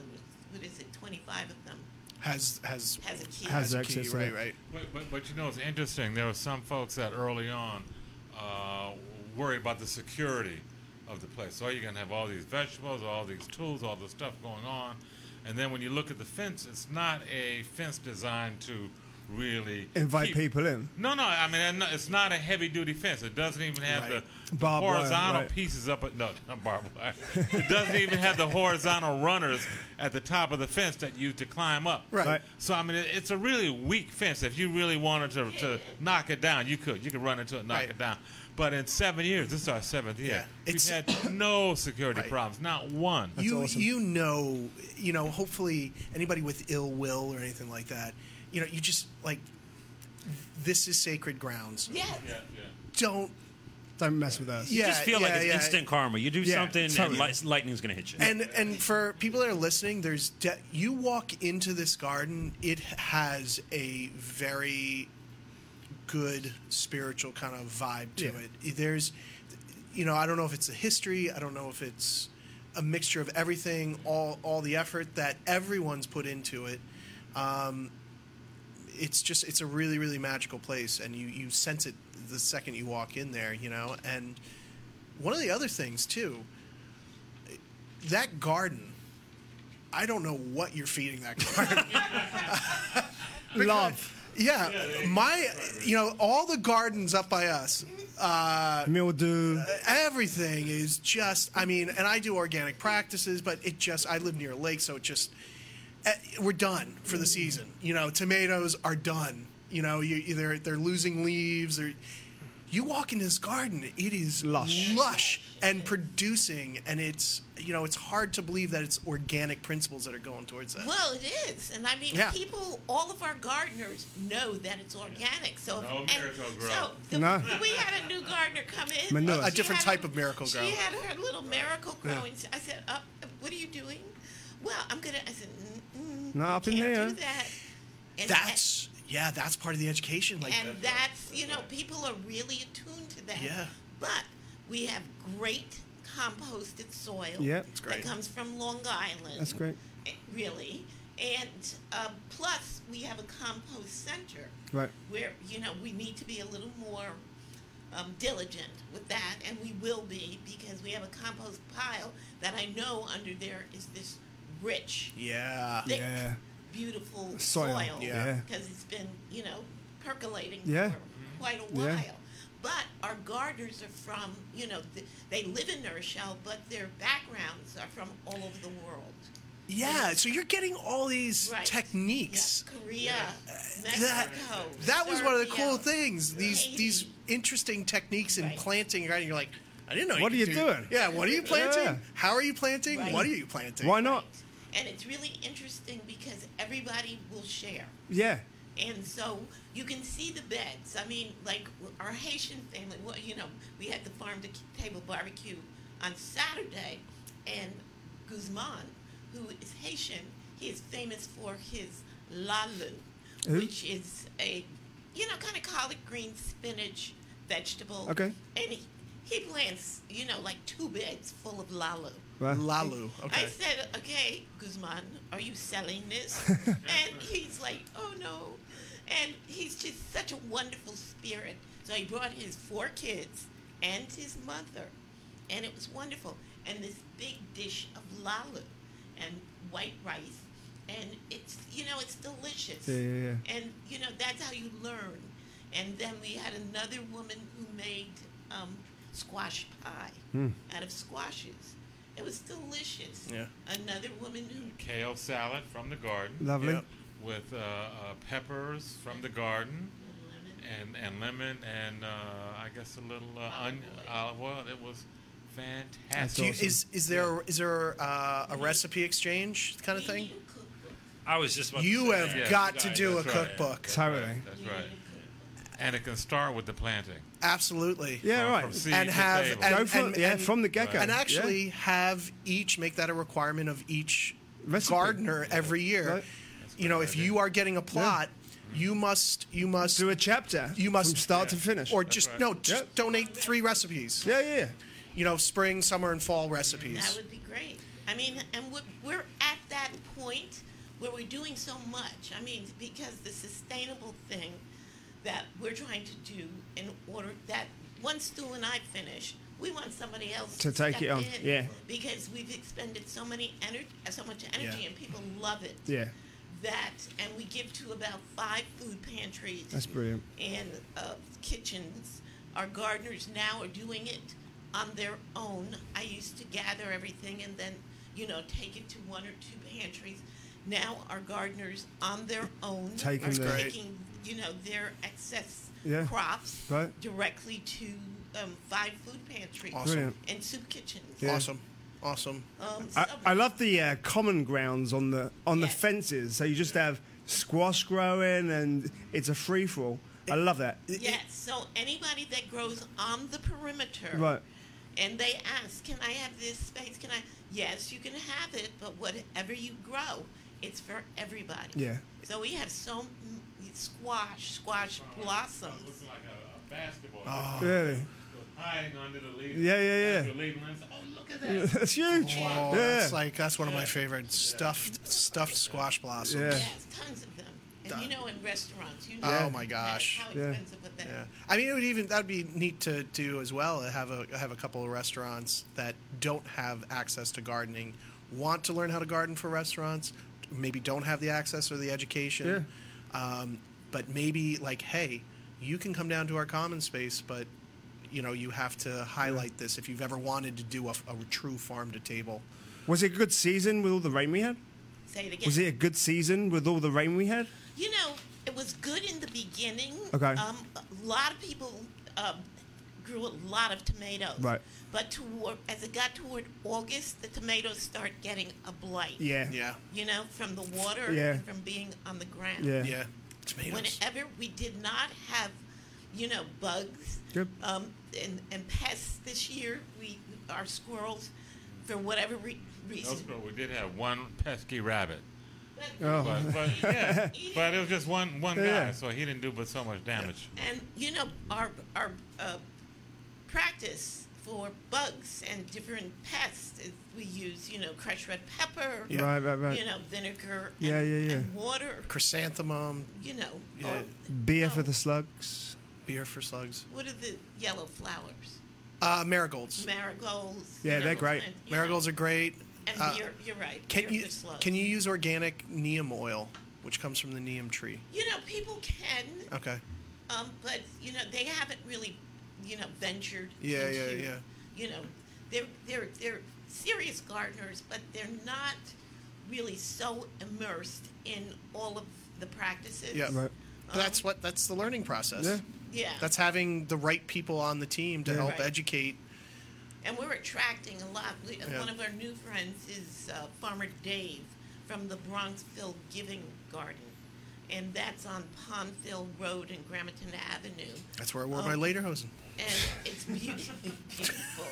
Speaker 6: what is it, 25 of them,
Speaker 2: has has
Speaker 6: has a key.
Speaker 3: Has
Speaker 2: a
Speaker 3: access
Speaker 2: key,
Speaker 3: to
Speaker 2: right?
Speaker 3: it.
Speaker 2: Right.
Speaker 5: But, but, but you know, it's interesting. There were some folks that early on uh, worried about the security of the place. So oh, you're going to have all these vegetables, all these tools, all this stuff going on. And then when you look at the fence, it's not a fence designed to really
Speaker 3: Invite
Speaker 5: keep-
Speaker 3: people in.
Speaker 5: No, no. I mean, I'm not- it's not a heavy-duty fence. It doesn't even have
Speaker 2: Right.
Speaker 5: the, the
Speaker 3: Barbed wire,
Speaker 5: horizontal
Speaker 3: right.
Speaker 5: pieces up at no, not barbed wire. <laughs> it doesn't even have the horizontal runners at the top of the fence that you to climb up.
Speaker 2: Right.
Speaker 3: Right.
Speaker 5: So I mean, it- it's a really weak fence. If you really wanted to, to knock it down, you could. You could run into it, knock
Speaker 2: Right.
Speaker 5: it down. But in seven years, this is our seventh year.
Speaker 2: Yeah. It's-
Speaker 5: We've had no security
Speaker 2: Right.
Speaker 5: problems, not one.
Speaker 2: you
Speaker 3: awesome.
Speaker 2: you know you know hopefully anybody with ill will or anything like that you know you just like this is sacred grounds
Speaker 6: Yes.
Speaker 5: yeah.
Speaker 2: don't
Speaker 3: Don't mess with us.
Speaker 4: You
Speaker 2: Yeah,
Speaker 4: just feel like
Speaker 2: yeah,
Speaker 4: it's
Speaker 2: yeah.
Speaker 4: instant karma. You do
Speaker 3: Yeah,
Speaker 4: something,
Speaker 3: totally.
Speaker 4: and li- lightning's gonna hit you.
Speaker 2: And and for people that are listening, there's de- you walk into this garden, it has a very good spiritual kind of vibe to
Speaker 3: Yeah.
Speaker 2: it. E, There's, you know, I don't know if it's the history, I don't know if it's a mixture of everything, all all the effort that everyone's put into it. Um, it's just it's a really really magical place, and you you sense it the second you walk in there, you know. And one of the other things too, that garden. I don't know what you're feeding that garden.
Speaker 3: Love.
Speaker 2: yeah, my, you know, all the gardens up by us, Uh,
Speaker 3: Mildew.
Speaker 2: everything is just i mean and i do organic practices but it just i live near a lake so it just eh, we're done for the season you know tomatoes are done you know you you- they're they're losing leaves or you walk in this garden it is
Speaker 3: Lush.
Speaker 2: lush and producing and it's you know it's hard to believe that it's organic principles that are going towards that
Speaker 6: Well, it is, and I mean,
Speaker 2: Yeah.
Speaker 6: people, all of our gardeners know that it's organic. So,
Speaker 5: No
Speaker 6: and
Speaker 5: miracle grow.
Speaker 6: so the,
Speaker 3: No.
Speaker 6: we had a new gardener come in.
Speaker 3: Manure. A
Speaker 6: She
Speaker 2: different
Speaker 6: had
Speaker 2: type of miracle grow.
Speaker 6: She had her little miracle
Speaker 2: Yeah.
Speaker 6: growing. I said, "Up, what are you doing?" Well, I'm gonna. I said, Mm-mm,
Speaker 3: No, up in
Speaker 6: can't
Speaker 3: there.
Speaker 6: Do that. And
Speaker 2: that's yeah that's part of the education like
Speaker 6: and that's you know people are really attuned to that.
Speaker 2: Yeah.
Speaker 6: But we have great composted soil.
Speaker 3: Yeah. It's
Speaker 2: great.
Speaker 6: That comes from Long Island.
Speaker 3: That's great.
Speaker 6: eh, Really, and uh, plus we have a compost center.
Speaker 3: Right.
Speaker 6: Where you know we need to be a little more. Um, diligent with that, and we will be because we have a compost pile that I know under there is this rich
Speaker 2: yeah
Speaker 6: thick,
Speaker 3: Yeah.
Speaker 6: beautiful
Speaker 3: Soil,
Speaker 6: soil.
Speaker 3: yeah.
Speaker 6: Because it's been, you know, percolating
Speaker 3: Yeah.
Speaker 6: for quite a while.
Speaker 3: Yeah.
Speaker 6: But our gardeners are from, you know, th- they live in Nourishell, but their backgrounds are from all over the world.
Speaker 2: yeah so you're getting all these
Speaker 6: Right.
Speaker 2: techniques Uh,
Speaker 6: Yeah, Korea, Mexico.
Speaker 2: that
Speaker 5: Oh,
Speaker 2: that was one of the
Speaker 6: Serbia.
Speaker 2: cool things. These
Speaker 6: Haiti.
Speaker 2: these interesting techniques in
Speaker 6: Right.
Speaker 2: planting. Right, and you're like, I didn't know.
Speaker 3: What
Speaker 2: you
Speaker 3: are
Speaker 2: could
Speaker 3: you
Speaker 2: do-
Speaker 3: doing?
Speaker 2: Yeah, what are you planting?
Speaker 3: Yeah.
Speaker 2: How are you planting?
Speaker 6: Right.
Speaker 2: What are you planting?
Speaker 3: Why not?
Speaker 6: And it's really interesting because everybody will share.
Speaker 3: Yeah.
Speaker 6: And so you can see the beds. I mean, like our Haitian family, well, you know, we had the farm to table barbecue on Saturday, and Guzman, who is Haitian, he is famous for his lalu,
Speaker 3: Who?
Speaker 6: which is a, you know, kind of collard green spinach vegetable.
Speaker 3: Okay.
Speaker 6: And he, he plants, you know, like two beds full of lalu.
Speaker 3: Well,
Speaker 2: Lalu.
Speaker 6: I
Speaker 2: Okay.
Speaker 6: said, okay, Guzman, are you selling
Speaker 3: <laughs>
Speaker 6: this? and he's like, oh no. And he's just such a wonderful spirit. So he brought his four kids and his mother. And it was wonderful. And this big dish of lalu and white rice. And it's, you know, it's delicious.
Speaker 3: Yeah, yeah, yeah.
Speaker 6: And, you know, that's how you learn. And then we had another woman who made um, squash pie out of squashes. It was delicious.
Speaker 2: Yeah.
Speaker 6: Another woman who
Speaker 5: Kale salad from the garden.
Speaker 3: lovely.
Speaker 2: Yep.
Speaker 5: with uh, uh, peppers from the garden and, and lemon and uh, I guess a little uh, onion. Olive oil. It was
Speaker 3: That's
Speaker 5: fantastic.
Speaker 2: Do you,
Speaker 3: awesome.
Speaker 2: is is there is there uh, a recipe exchange kind of thing?
Speaker 6: Indian cookbook.
Speaker 4: I was just about to
Speaker 2: You
Speaker 4: say
Speaker 2: have
Speaker 4: that.
Speaker 5: Yeah,
Speaker 2: got
Speaker 5: right,
Speaker 2: to do a
Speaker 5: that's right.
Speaker 2: cookbook.
Speaker 5: That's right,
Speaker 3: Totally.
Speaker 5: That's right. And it can start with the planting.
Speaker 2: Absolutely.
Speaker 3: Yeah,
Speaker 5: From-
Speaker 3: right.
Speaker 5: from seed
Speaker 2: And
Speaker 5: to
Speaker 2: have-
Speaker 5: table.
Speaker 2: and-
Speaker 3: Go for it. Yeah, from the get go.
Speaker 2: And actually, have each make that a requirement of each
Speaker 3: Recipe.
Speaker 2: gardener every year.
Speaker 3: Right.
Speaker 2: You know, if you are getting a plot, you must you must
Speaker 3: do a chapter.
Speaker 2: You must-
Speaker 3: from start to finish.
Speaker 2: or just
Speaker 5: right.
Speaker 2: no, just
Speaker 3: Yeah.
Speaker 2: donate three recipes.
Speaker 3: yeah, yeah, yeah.
Speaker 2: You know, spring, summer, and fall
Speaker 6: That
Speaker 2: recipes.
Speaker 6: would be great. I mean, and we're, we're at that point where we're doing so much. I mean, because the sustainable thing that we're trying to do in order that once Stu and I finish, we want somebody else
Speaker 3: To
Speaker 6: to,
Speaker 3: take
Speaker 6: step
Speaker 3: it on,
Speaker 6: in
Speaker 3: yeah.
Speaker 6: Because we've expended so many energy, so much energy,
Speaker 2: Yeah.
Speaker 6: and people love it.
Speaker 3: Yeah.
Speaker 6: That and we give to about five food pantries.
Speaker 3: That's brilliant.
Speaker 6: And uh, kitchens. Our gardeners now are doing it on their own. I used to gather everything and then, you know, take it to one or two pantries. Now our gardeners on their own
Speaker 3: Taking
Speaker 6: are
Speaker 3: the- That's
Speaker 2: great.
Speaker 6: taking, you know, their excess
Speaker 3: Yeah.
Speaker 6: crops
Speaker 3: Right.
Speaker 6: directly to um, five food pantries
Speaker 2: Awesome.
Speaker 3: Brilliant.
Speaker 6: and soup kitchens.
Speaker 3: Yeah.
Speaker 2: Awesome, awesome.
Speaker 6: Um,
Speaker 3: I,
Speaker 6: so-
Speaker 3: I love the uh, common grounds on the on the
Speaker 6: Yes.
Speaker 3: fences. So you just have squash growing, and it's a free for all. I love that.
Speaker 6: Yes. So anybody that grows on the perimeter,
Speaker 3: Right.
Speaker 6: and they ask, "Can I have this space? Can I?" Yes, you can have it, but whatever you grow, it's for everybody.
Speaker 3: Yeah.
Speaker 6: So we have so m- squash, squash blossoms.
Speaker 5: like a, basketball.
Speaker 2: Oh.
Speaker 3: Really?
Speaker 5: Hiding under the leaf.
Speaker 3: Yeah, yeah, yeah.
Speaker 5: The leaf lens. Oh, look at that.
Speaker 3: <laughs> That's huge.
Speaker 2: Oh,
Speaker 3: yeah.
Speaker 2: that's like that's one of my favorite stuffed stuffed squash blossoms.
Speaker 3: Yeah.
Speaker 6: Yes, tons of them. And you know, in restaurants, you know.
Speaker 2: Oh my gosh.
Speaker 6: How
Speaker 3: Yeah.
Speaker 6: expensive would that?
Speaker 2: Yeah, I mean, it would even that'd be neat to do as well. to Have a have a couple of restaurants that don't have access to gardening, want to learn how to garden for restaurants, maybe don't have the access or the education, um, but maybe like, hey, you can come down to our common space, but you know you have to highlight this if you've ever wanted to do a, a true farm to table.
Speaker 3: Was it a good season with all the rain we had?
Speaker 6: Say it again.
Speaker 3: Was it a good season with all the rain we had?
Speaker 6: You know, it was good in the beginning.
Speaker 3: Okay.
Speaker 6: Um, a lot of people um, grew a lot of tomatoes.
Speaker 3: Right.
Speaker 6: But toward, as it got toward August, the tomatoes start getting a blight.
Speaker 3: Yeah.
Speaker 2: Yeah,
Speaker 6: You know, from the water
Speaker 3: Yeah.
Speaker 6: and from being on the ground.
Speaker 3: Yeah.
Speaker 2: yeah, tomatoes.
Speaker 6: Whenever we did not have, you know, bugs
Speaker 3: Good.
Speaker 6: um, and, and pests this year, we our squirrels, for whatever re- reason.
Speaker 5: Those girl, we did have one pesky rabbit.
Speaker 3: Oh.
Speaker 2: <laughs>
Speaker 5: But, but
Speaker 6: <laughs>
Speaker 5: yeah, but it was just one one
Speaker 3: Yeah.
Speaker 5: guy, so he didn't do but so much damage.
Speaker 6: And you know, our our uh, practice for bugs and different pests is we use you know crushed red pepper,
Speaker 2: Yeah.
Speaker 3: Right, right, right.
Speaker 6: you know vinegar, and,
Speaker 3: Yeah, yeah, yeah.
Speaker 6: and water,
Speaker 2: Chrysanthemum,
Speaker 6: you know,
Speaker 2: Yeah.
Speaker 6: or
Speaker 3: Beer
Speaker 6: no,
Speaker 3: for the slugs.
Speaker 2: beer for slugs,
Speaker 6: what are the yellow flowers?
Speaker 2: uh, marigolds.
Speaker 6: Marigolds.
Speaker 3: Yeah, they're great.
Speaker 6: and- yeah.
Speaker 2: Marigolds are great.
Speaker 6: And
Speaker 2: Uh,
Speaker 6: you're, you're right.
Speaker 2: Can
Speaker 6: you're
Speaker 2: you
Speaker 6: the slug.
Speaker 2: can you use organic neem oil, which comes from the neem tree?
Speaker 6: You know, people can,
Speaker 2: Okay.
Speaker 6: um, but you know, they haven't really, you know, ventured.
Speaker 2: Yeah, yeah,
Speaker 6: into,
Speaker 2: yeah.
Speaker 6: You know, they're they're they're serious gardeners, but they're not really so immersed in all of the practices.
Speaker 2: Yeah.
Speaker 3: Right.
Speaker 2: But that's what that's the learning process.
Speaker 3: Yeah.
Speaker 6: Yeah.
Speaker 2: That's having the right people on the team to
Speaker 3: Yeah.
Speaker 2: help
Speaker 6: Right.
Speaker 2: educate.
Speaker 6: and we're attracting a lot. We,
Speaker 2: Yeah.
Speaker 6: One of our new friends is uh, Farmer Dave from the Bronxville Giving Garden, and that's on Pondville Road and Gramerton Avenue.
Speaker 2: That's where I wore my
Speaker 6: Um,
Speaker 2: lederhosen.
Speaker 6: and it's beautiful, beautiful.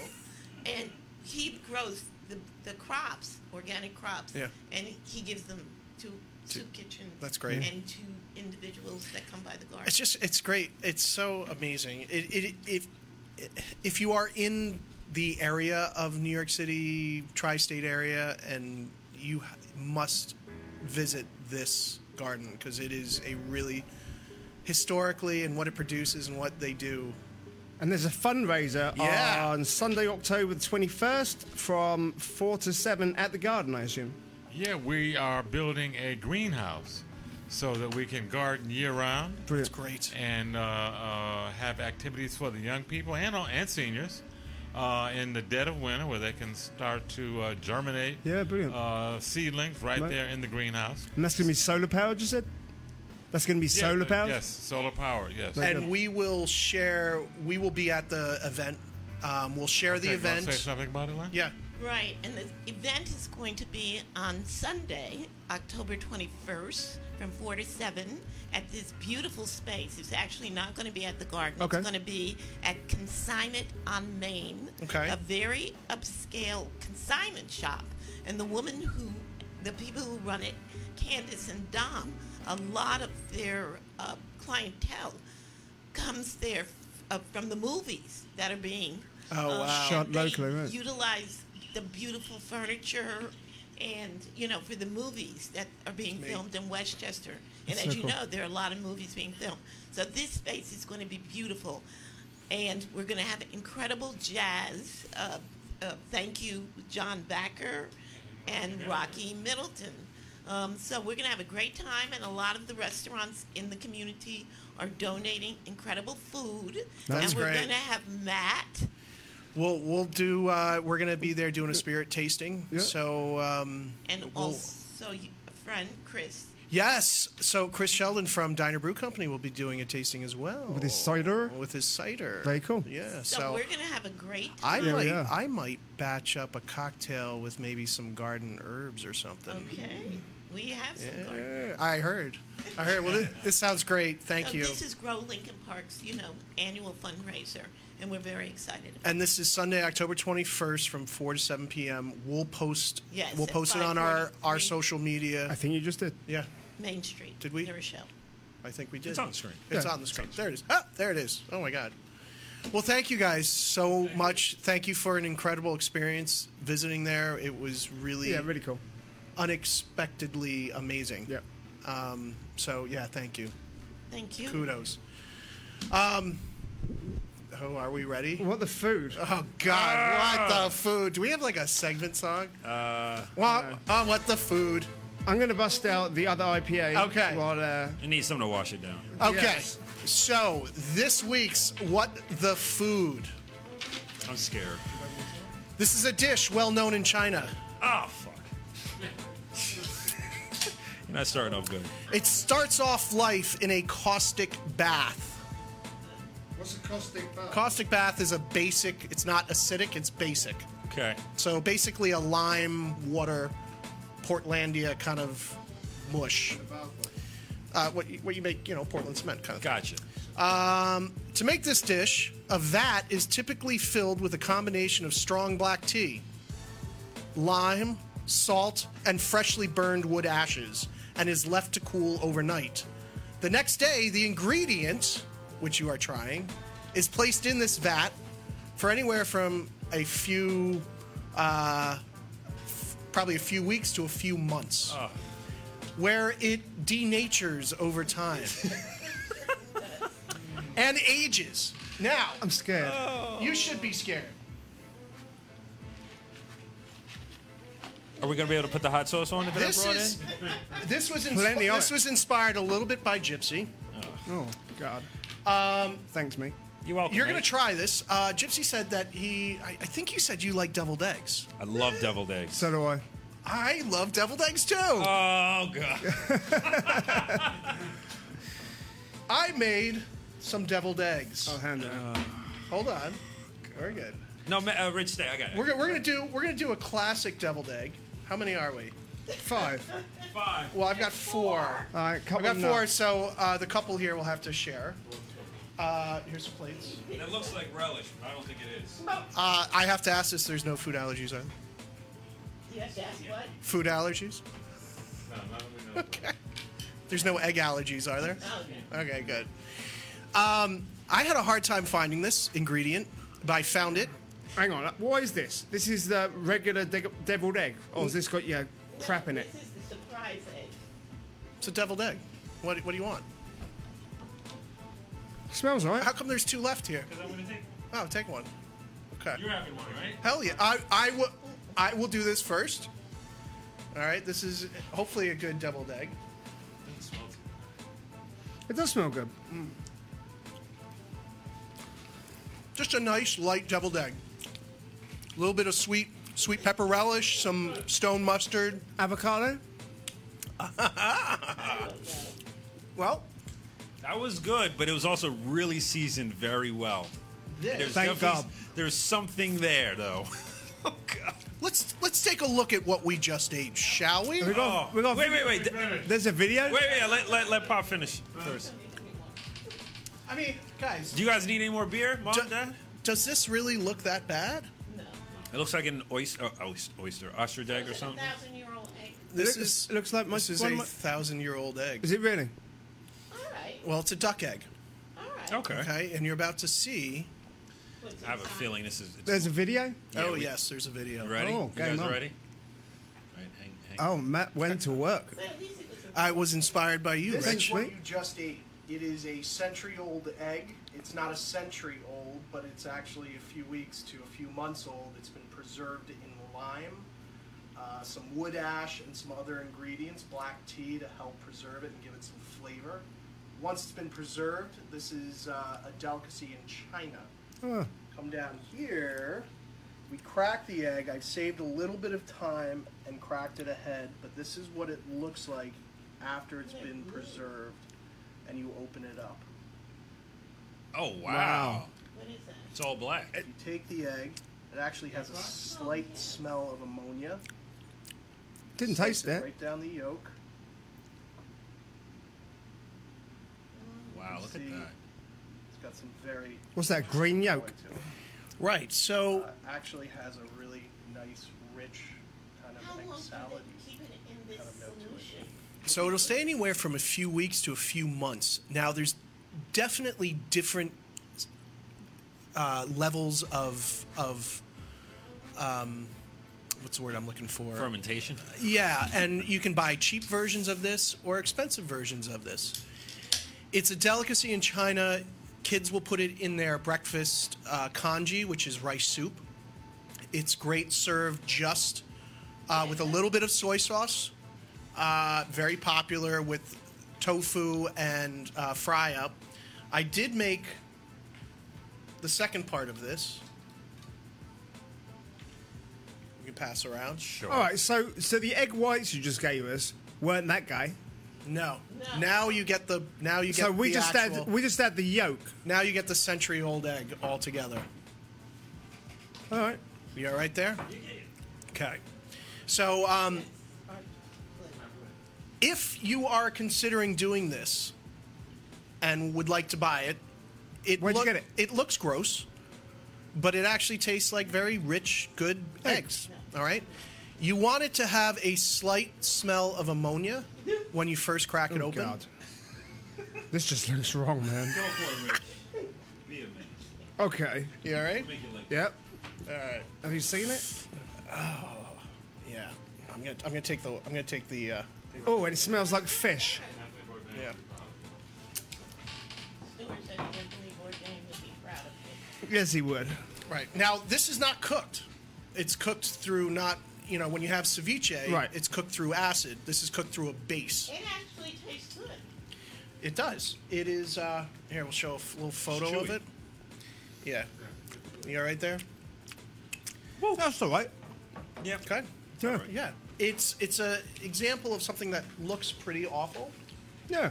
Speaker 6: And he grows the, the crops, organic crops,
Speaker 2: Yeah.
Speaker 6: and he gives them to soup kitchens.
Speaker 2: that's great.
Speaker 6: And to individuals that come by the garden.
Speaker 2: It's just it's great. It's so amazing. It, it if if you are in the area of New York City, tri-state area, and you h- must visit this garden because it is a really historically and what it produces and what they do.
Speaker 3: And there's a fundraiser
Speaker 2: Yeah.
Speaker 3: on Sunday, October the 21st from 4 to 7 at the garden, I assume.
Speaker 5: Yeah, we are building a greenhouse so that we can garden year round
Speaker 2: It's
Speaker 3: Brilliant.
Speaker 2: great.
Speaker 5: and uh, uh, have activities for the young people and and seniors uh, in the dead of winter where they can start to uh, germinate
Speaker 3: Yeah, brilliant.
Speaker 5: uh, seedlings right
Speaker 3: Right.
Speaker 5: there in the greenhouse.
Speaker 3: And that's going to be solar powered, you said? That's going to be solar
Speaker 5: Yeah,
Speaker 3: powered?
Speaker 5: Yes, solar power. Yes.
Speaker 2: and we will share. We will be at the event. Um, we'll share the
Speaker 5: Okay, you wanna Say
Speaker 2: event.
Speaker 5: something about it, Lynn?
Speaker 2: Yeah,
Speaker 6: Right, and the event is going to be on Sunday, October 21st, from 4 to 7, at this beautiful space. It's actually not going to be at the garden.
Speaker 3: Okay.
Speaker 6: It's going to be at Consignment on Main.
Speaker 2: Okay.
Speaker 6: A very upscale consignment shop. And the woman who, the people who run it, Candace and Dom, a lot of their uh, clientele comes there f- uh, from the movies that are being
Speaker 2: Oh,
Speaker 6: uh,
Speaker 2: wow.
Speaker 3: Shot
Speaker 6: and they
Speaker 3: locally, right.
Speaker 6: Utilize the beautiful furniture and, you know, for the movies that are being filmed in Westchester. And
Speaker 3: That's
Speaker 6: as
Speaker 3: so
Speaker 6: you
Speaker 3: cool.
Speaker 6: know, there are a lot of movies being filmed. So this space is going to be beautiful. And we're going to have incredible jazz. Uh, uh, thank you, John Backer and Rocky Middleton. Um, so we're going to have a great time, and a lot of the restaurants in the community are donating incredible food.
Speaker 2: That's
Speaker 6: and we're
Speaker 2: great.
Speaker 6: going to have Matt.
Speaker 2: we'll we'll do. Uh, we're gonna be there doing a spirit tasting.
Speaker 3: Yeah.
Speaker 2: So um,
Speaker 6: And
Speaker 2: we'll-
Speaker 6: also y- a friend, Chris.
Speaker 2: yes. So Chris Sheldon from Diner Brew Company will be doing a tasting as well
Speaker 3: With his cider?
Speaker 2: With his cider.
Speaker 3: Very cool.
Speaker 2: Yeah.
Speaker 6: So,
Speaker 2: uh, So.
Speaker 6: we're going to have a great
Speaker 2: I
Speaker 6: time.
Speaker 3: Yeah,
Speaker 2: might,
Speaker 3: yeah.
Speaker 2: I might batch up a cocktail with maybe some garden herbs or something.
Speaker 6: okay. We have some garden.
Speaker 2: I heard. I heard. Well, this, this sounds great. Thank
Speaker 6: So
Speaker 2: you.
Speaker 6: This is Grow Lincoln Park's, you know, annual fundraiser, and we're very excited. about
Speaker 2: and this is Sunday, October 21st, from 4 to 7 p.m. We'll post.
Speaker 6: Yes,
Speaker 2: We'll
Speaker 6: at
Speaker 2: post it on our
Speaker 6: 5:43.
Speaker 2: our social media.
Speaker 3: I think you just did.
Speaker 2: yeah,
Speaker 6: Main Street.
Speaker 2: Did we?
Speaker 6: New Rochelle.
Speaker 2: I think we did.
Speaker 4: It's on the screen.
Speaker 2: It's
Speaker 3: Yeah.
Speaker 2: on the screen. There it is. Ah, there it is. Oh my God. Well, thank you guys so much. Thank you for an incredible experience visiting there. It was really,
Speaker 3: Yeah, really cool.
Speaker 2: unexpectedly amazing.
Speaker 3: Yeah.
Speaker 2: Um, so yeah, thank you.
Speaker 6: Thank you.
Speaker 2: Kudos. Um, oh, are we ready?
Speaker 3: What the food?
Speaker 2: Oh God! What the food? Do we have like a segment song? Uh, what? Oh, what the food?
Speaker 3: I'm going to bust out the other IPA.
Speaker 2: Okay.
Speaker 3: While, uh,
Speaker 4: You need something to wash it down.
Speaker 2: Okay.
Speaker 3: Yes.
Speaker 2: So this week's what the food?
Speaker 4: I'm scared.
Speaker 2: This is a dish well known in China.
Speaker 4: Oh fuck. <laughs> You're not starting off good.
Speaker 2: It starts off life in a caustic bath.
Speaker 7: What's the caustic bar?
Speaker 2: Caustic bath is a basic. It's not acidic. It's basic.
Speaker 4: Okay.
Speaker 2: So basically, a lime water, Portlandia kind of mush. Uh, what you- what you make, you know, Portland cement kind of. thing.
Speaker 4: Gotcha.
Speaker 2: To make this dish, a vat is typically filled with a combination of strong black tea, lime, salt, and freshly burned wood ashes, and is left to cool overnight. The next day, the ingredient, which you are trying, is placed in this vat for anywhere from a few, uh, f- probably a few weeks to a few months, where it denatures over time and ages. Now,
Speaker 3: I'm scared.
Speaker 2: you should be scared.
Speaker 4: Are we gonna be able to put the hot sauce on that
Speaker 2: This
Speaker 4: I brought
Speaker 2: is
Speaker 4: in?
Speaker 2: this was
Speaker 3: Plenty
Speaker 2: inspi-
Speaker 3: on
Speaker 2: this
Speaker 3: it.
Speaker 2: was inspired a little bit by Gypsy.
Speaker 3: Oh, God. Um, Thanks, mate.
Speaker 4: You're welcome.
Speaker 2: You're gonna
Speaker 4: mate.
Speaker 2: try this. Uh, Gypsy said that he. I, I think you said you like deviled eggs.
Speaker 4: I love deviled eggs.
Speaker 3: So do I.
Speaker 2: I love deviled eggs too.
Speaker 4: Oh god.
Speaker 2: I made some deviled eggs.
Speaker 3: I'll hand it out.
Speaker 2: Hold on.
Speaker 3: Uh,
Speaker 2: Very good.
Speaker 4: No, ma- uh, Rich, stay. I got it.
Speaker 2: We're, gonna- we're gonna do we're gonna do a classic deviled egg. How many are we?
Speaker 3: Five.
Speaker 4: Five.
Speaker 2: Well, I've got four.
Speaker 3: All right,
Speaker 2: I've
Speaker 3: couple
Speaker 2: got
Speaker 3: of
Speaker 2: four.
Speaker 3: nuts.
Speaker 2: So uh, the couple here will have to share. Uh, here's the plates.
Speaker 4: That looks like relish, but I don't think it is.
Speaker 2: Uh, I have to ask this. There's no food allergies on.
Speaker 6: Yes, that's what?
Speaker 2: Food allergies? <laughs> Okay. There's no egg allergies, are there? Okay, good. Um, I had a hard time finding this ingredient, but I found it.
Speaker 3: Hang on. uh, What is this? This is the regular de- deviled egg. Or has this got your crap in it?
Speaker 6: This is the surprise eh? egg.
Speaker 2: It's a deviled egg. What, what do you want?
Speaker 3: Smells all right.
Speaker 2: How come there's two left here?
Speaker 4: I'm gonna take.
Speaker 2: Oh, take one. Okay.
Speaker 4: You're having one, right?
Speaker 2: Hell yeah. I, I, w- I will do this first. All right, this is hopefully a good deviled egg.
Speaker 3: It does smell good.
Speaker 2: Just a nice, light deviled egg. A little bit of sweet, sweet pepper relish, some stone mustard.
Speaker 3: Avocado?
Speaker 2: Well,
Speaker 4: That was good, but it was also really seasoned very well. There's
Speaker 3: Thank
Speaker 4: definitely-
Speaker 3: God.
Speaker 4: There's something there, though. <laughs> oh God.
Speaker 2: Let's let's take a look at what we just ate, shall we?
Speaker 3: We got,
Speaker 4: Oh.
Speaker 3: we got
Speaker 4: wait, wait, wait, wait,
Speaker 3: There's a video?
Speaker 4: wait, wait. Let, let, let Pop finish first.
Speaker 2: I mean, guys,
Speaker 4: Do you guys need any more beer, Mom,
Speaker 2: Do-
Speaker 4: Dad?
Speaker 2: does this really look that bad?
Speaker 4: It looks like an oyster, uh, oyster, oyster ostrich egg or
Speaker 6: It's a
Speaker 4: something.
Speaker 6: thousand year old egg.
Speaker 2: This
Speaker 3: It looks-
Speaker 2: is
Speaker 3: it looks like my-
Speaker 2: this is
Speaker 3: one
Speaker 2: a
Speaker 3: of my-
Speaker 2: thousand-year-old egg.
Speaker 3: Is it really?
Speaker 6: All right.
Speaker 2: Well, it's a duck egg,
Speaker 6: All right.
Speaker 4: Okay.
Speaker 2: okay? And you're about to see.
Speaker 6: What's
Speaker 4: I Oh. have a
Speaker 6: inside?
Speaker 4: feeling this is. It's,
Speaker 3: There's a video?
Speaker 2: oh
Speaker 4: we-
Speaker 2: yes, there's a video.
Speaker 4: ready?
Speaker 3: Oh,
Speaker 4: you
Speaker 3: game
Speaker 4: guys
Speaker 3: on.
Speaker 4: ready? All right, hang, hang.
Speaker 3: Oh, Matt went to work.
Speaker 6: Well, at least it was a-
Speaker 2: I was inspired by you,
Speaker 3: This
Speaker 2: Rich.
Speaker 3: is what you
Speaker 2: just ate. It is a century-old egg. It's not a century old, but it's actually a few weeks to a few months old. It's been preserved in lime. uh, some wood ash and some other ingredients, black tea to help preserve it and give it some flavor. Once it's been preserved, this is uh, a delicacy in China.
Speaker 3: Oh,
Speaker 2: Come down here. We crack the egg. I've saved a little bit of time and cracked it ahead, but this is what it looks like after it's been preserved and you open it up.
Speaker 4: Oh wow.
Speaker 6: What is that?
Speaker 4: It's all black.
Speaker 2: You take the egg. It actually has a slight smell of ammonia.
Speaker 3: Didn't taste
Speaker 2: Slice it
Speaker 3: it.
Speaker 2: Right down the yolk.
Speaker 4: Wow, look at
Speaker 8: See?
Speaker 4: that.
Speaker 8: It's got some very.
Speaker 3: What's that, green yolk?
Speaker 8: to it.
Speaker 2: Right. So
Speaker 8: Uh, actually has a really nice, rich kind
Speaker 6: How
Speaker 8: of
Speaker 6: long
Speaker 8: like
Speaker 6: do
Speaker 8: salad.
Speaker 6: they keep it in this solution?
Speaker 2: So it'll stay anywhere from a few weeks to a few months. Now, there's definitely different uh, levels of of um, what's the word I'm looking for?
Speaker 4: Fermentation.
Speaker 2: Yeah, and you can buy cheap versions of this or expensive versions of this. It's a delicacy in China. Kids will put it in their breakfast uh, congee, which is rice soup. It's great served just uh, with a little bit of soy sauce. Uh, very popular with tofu and uh, fry up. I did make the second part of this. You can pass around.
Speaker 4: Sure.
Speaker 3: All right, so so the egg whites you just gave us weren't that guy.
Speaker 2: No.
Speaker 6: No.
Speaker 2: Now you get the now you get
Speaker 3: So we
Speaker 2: the
Speaker 3: just
Speaker 2: actual,
Speaker 3: had we just had the yolk.
Speaker 2: now you get the century old egg all together.
Speaker 3: All right.
Speaker 2: You all right there? Okay. So um, if you are considering doing this and would like to buy it, it
Speaker 3: Where'd you
Speaker 2: look-
Speaker 3: get it?
Speaker 2: looks gross, but it actually tastes like very rich, good eggs.
Speaker 3: Eggs.
Speaker 2: All right. You want it to have a slight smell of ammonia when you first crack it
Speaker 3: Oh,
Speaker 2: open.
Speaker 3: God. This just looks wrong, man. Okay.
Speaker 2: You all right?
Speaker 3: Yep. Have you seen it?
Speaker 2: Yeah, I'm gonna I'm gonna take the I'm gonna take the. Uh,
Speaker 3: Oh, and it smells like fish.
Speaker 2: yeah.
Speaker 6: Stewart said he didn't believe Bourdain would be proud of it.
Speaker 3: Yes, he would.
Speaker 2: Right now, this is not cooked. It's cooked through not you know when you have ceviche.
Speaker 3: Right.
Speaker 2: It's cooked through acid. This is cooked through a base.
Speaker 6: It actually tastes good.
Speaker 2: It does. It is. Uh, here, we'll show a f- little photo of
Speaker 4: chewy.
Speaker 2: it. Yeah. You all right there?
Speaker 3: Well, that's all right.
Speaker 4: Yeah.
Speaker 2: Okay.
Speaker 3: Yeah.
Speaker 2: Yeah. It's it's a example of something that looks pretty awful.
Speaker 3: Yeah.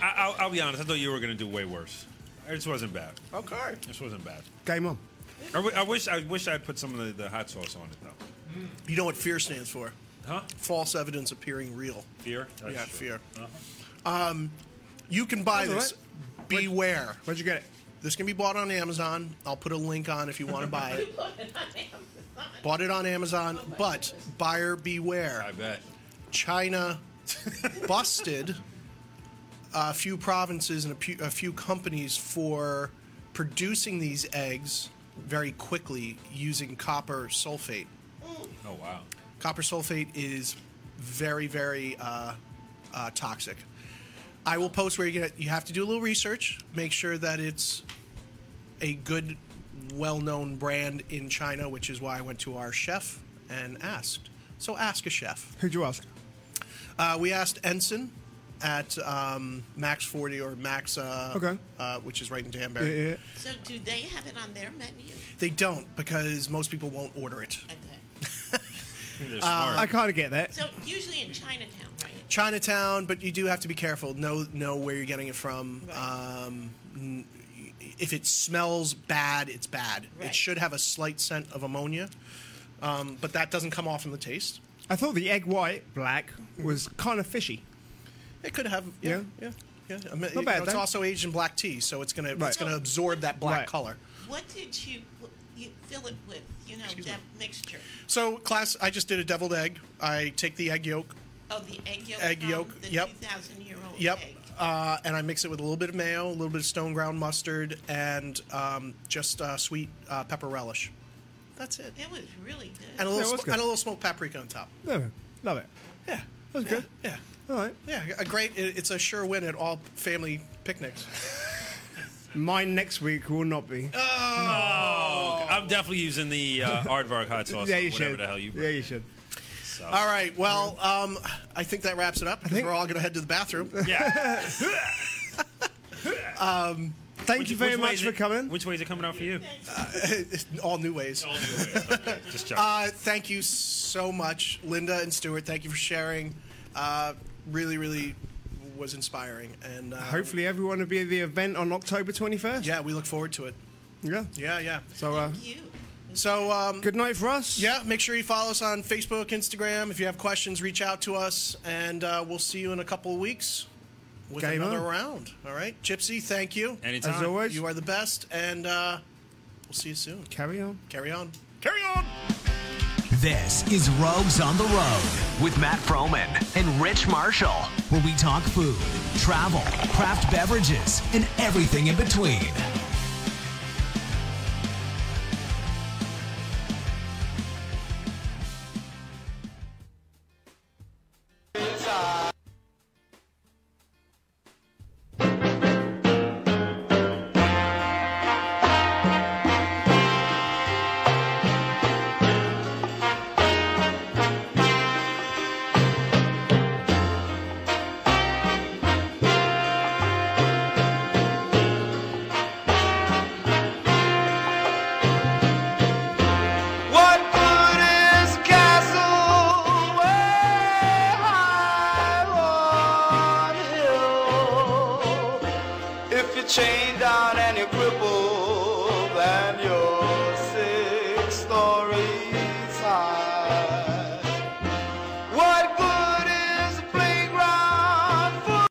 Speaker 4: I, I'll, I'll be honest. I thought you were gonna do way worse. This wasn't bad.
Speaker 3: Oh.
Speaker 2: Okay.
Speaker 4: This wasn't bad.
Speaker 3: Game on.
Speaker 4: I, w- I wish I wish I'd put some of the, the hot sauce on it though.
Speaker 2: You know what fear stands for?
Speaker 4: Huh?
Speaker 2: False evidence appearing real.
Speaker 4: Fear. That's
Speaker 2: yeah,
Speaker 4: true.
Speaker 2: fear. Um, you can buy
Speaker 3: That's
Speaker 2: this. Beware.
Speaker 3: Where'd you get it?
Speaker 2: This can be bought on Amazon. I'll put a link on if you want to buy it. Bought it on Amazon, but buyer beware.
Speaker 4: I bet.
Speaker 2: China <laughs> busted a few provinces and a few, a few companies for producing these eggs very quickly using copper sulfate.
Speaker 4: Oh wow.
Speaker 2: Copper sulfate is very, very uh, uh, toxic. I will post where you get. You have to do a little research. Make sure that it's a good, well-known brand in China, which is why I went to our chef and asked. So ask a chef.
Speaker 3: Who'd you ask?
Speaker 2: Uh, we asked Ensign at um, Max Forty or Max, uh,
Speaker 3: Okay.
Speaker 2: uh, which is right in
Speaker 3: Yeah,
Speaker 2: Danbury.
Speaker 3: yeah. yeah.
Speaker 6: So do they have it on their menu?
Speaker 2: They don't because most people won't order it.
Speaker 6: Okay.
Speaker 4: They're smart.
Speaker 3: I kind of get that.
Speaker 6: So usually in Chinatown, right?
Speaker 2: Chinatown, but you do have to be careful. Know know where you're getting it from.
Speaker 6: Right.
Speaker 2: Um, n- if it smells bad, it's bad. It
Speaker 6: Right.
Speaker 2: should have a slight scent of ammonia, um, but that doesn't come off in the taste.
Speaker 3: I thought the egg white black was kind of fishy.
Speaker 2: It could have, yeah, yeah, yeah. I mean, you
Speaker 3: bad,
Speaker 2: know, it's
Speaker 3: though.
Speaker 2: also aged in black tea, so it's gonna it's
Speaker 3: Right.
Speaker 2: gonna absorb that black
Speaker 3: Right.
Speaker 2: color.
Speaker 6: What did you, you fill it with? You know, that mixture.
Speaker 2: So, class, I just did a deviled egg. I take the egg yolk,
Speaker 6: Oh, the egg yolk.
Speaker 2: Egg
Speaker 6: from
Speaker 2: yolk,
Speaker 6: The
Speaker 2: yep.
Speaker 6: 2,000 year old
Speaker 2: Yep.
Speaker 6: egg.
Speaker 2: Uh, and I mix it with a little bit of mayo, a little bit of stone ground mustard, and um, just uh, sweet uh, pepper relish. That's it.
Speaker 6: That was really good.
Speaker 2: And a little
Speaker 3: Yeah, it was
Speaker 2: smo-
Speaker 3: good.
Speaker 2: and a little smoked paprika on top.
Speaker 3: No, love it.
Speaker 2: Yeah,
Speaker 3: That's good.
Speaker 2: yeah,
Speaker 3: All right.
Speaker 2: yeah. A great. it- It's a sure win at all family picnics.
Speaker 3: Mine next week will not be.
Speaker 4: Oh, I'm definitely using the
Speaker 3: <laughs>
Speaker 4: uh, Aardvark hot sauce.
Speaker 3: yeah, you
Speaker 4: or whatever
Speaker 3: should.
Speaker 4: the hell you.
Speaker 3: yeah, you should.
Speaker 4: So.
Speaker 2: All right. Well, um, I think that wraps it up. Because
Speaker 3: think-
Speaker 2: we're all going to head to the bathroom. <laughs>
Speaker 4: Yeah.
Speaker 3: Thank
Speaker 4: Which-
Speaker 3: you very
Speaker 4: which way
Speaker 3: much
Speaker 4: is
Speaker 3: for
Speaker 4: it-
Speaker 3: coming.
Speaker 4: Which way is it coming out for you?
Speaker 2: all new ways.
Speaker 4: Just check.
Speaker 2: Uh, thank you so much, Linda and Stuart. Thank you for sharing. Uh, really, really was inspiring. And uh,
Speaker 3: Hopefully, everyone will be at the event on October 21st.
Speaker 2: yeah, we look forward to it.
Speaker 3: Yeah.
Speaker 2: Yeah, yeah.
Speaker 3: So, uh,
Speaker 6: Thank you.
Speaker 2: So, um,
Speaker 3: good night for us.
Speaker 2: yeah, make sure you follow us on Facebook, Instagram. If you have questions, reach out to us, and uh, we'll see you in a couple of weeks. with
Speaker 3: Game
Speaker 2: another
Speaker 3: on.
Speaker 2: round. All right, Gypsy, thank you.
Speaker 4: Anytime.
Speaker 3: As always.
Speaker 2: You are the best, and uh, we'll see you soon.
Speaker 3: Carry on.
Speaker 2: Carry on.
Speaker 4: Carry on.
Speaker 1: This is Rogues on the Road with Matt Froman and Rich Marshall, where we talk food, travel, craft beverages, and everything in between.
Speaker 9: What good is castle where high on hill? If you're chained down and you're crippled and you're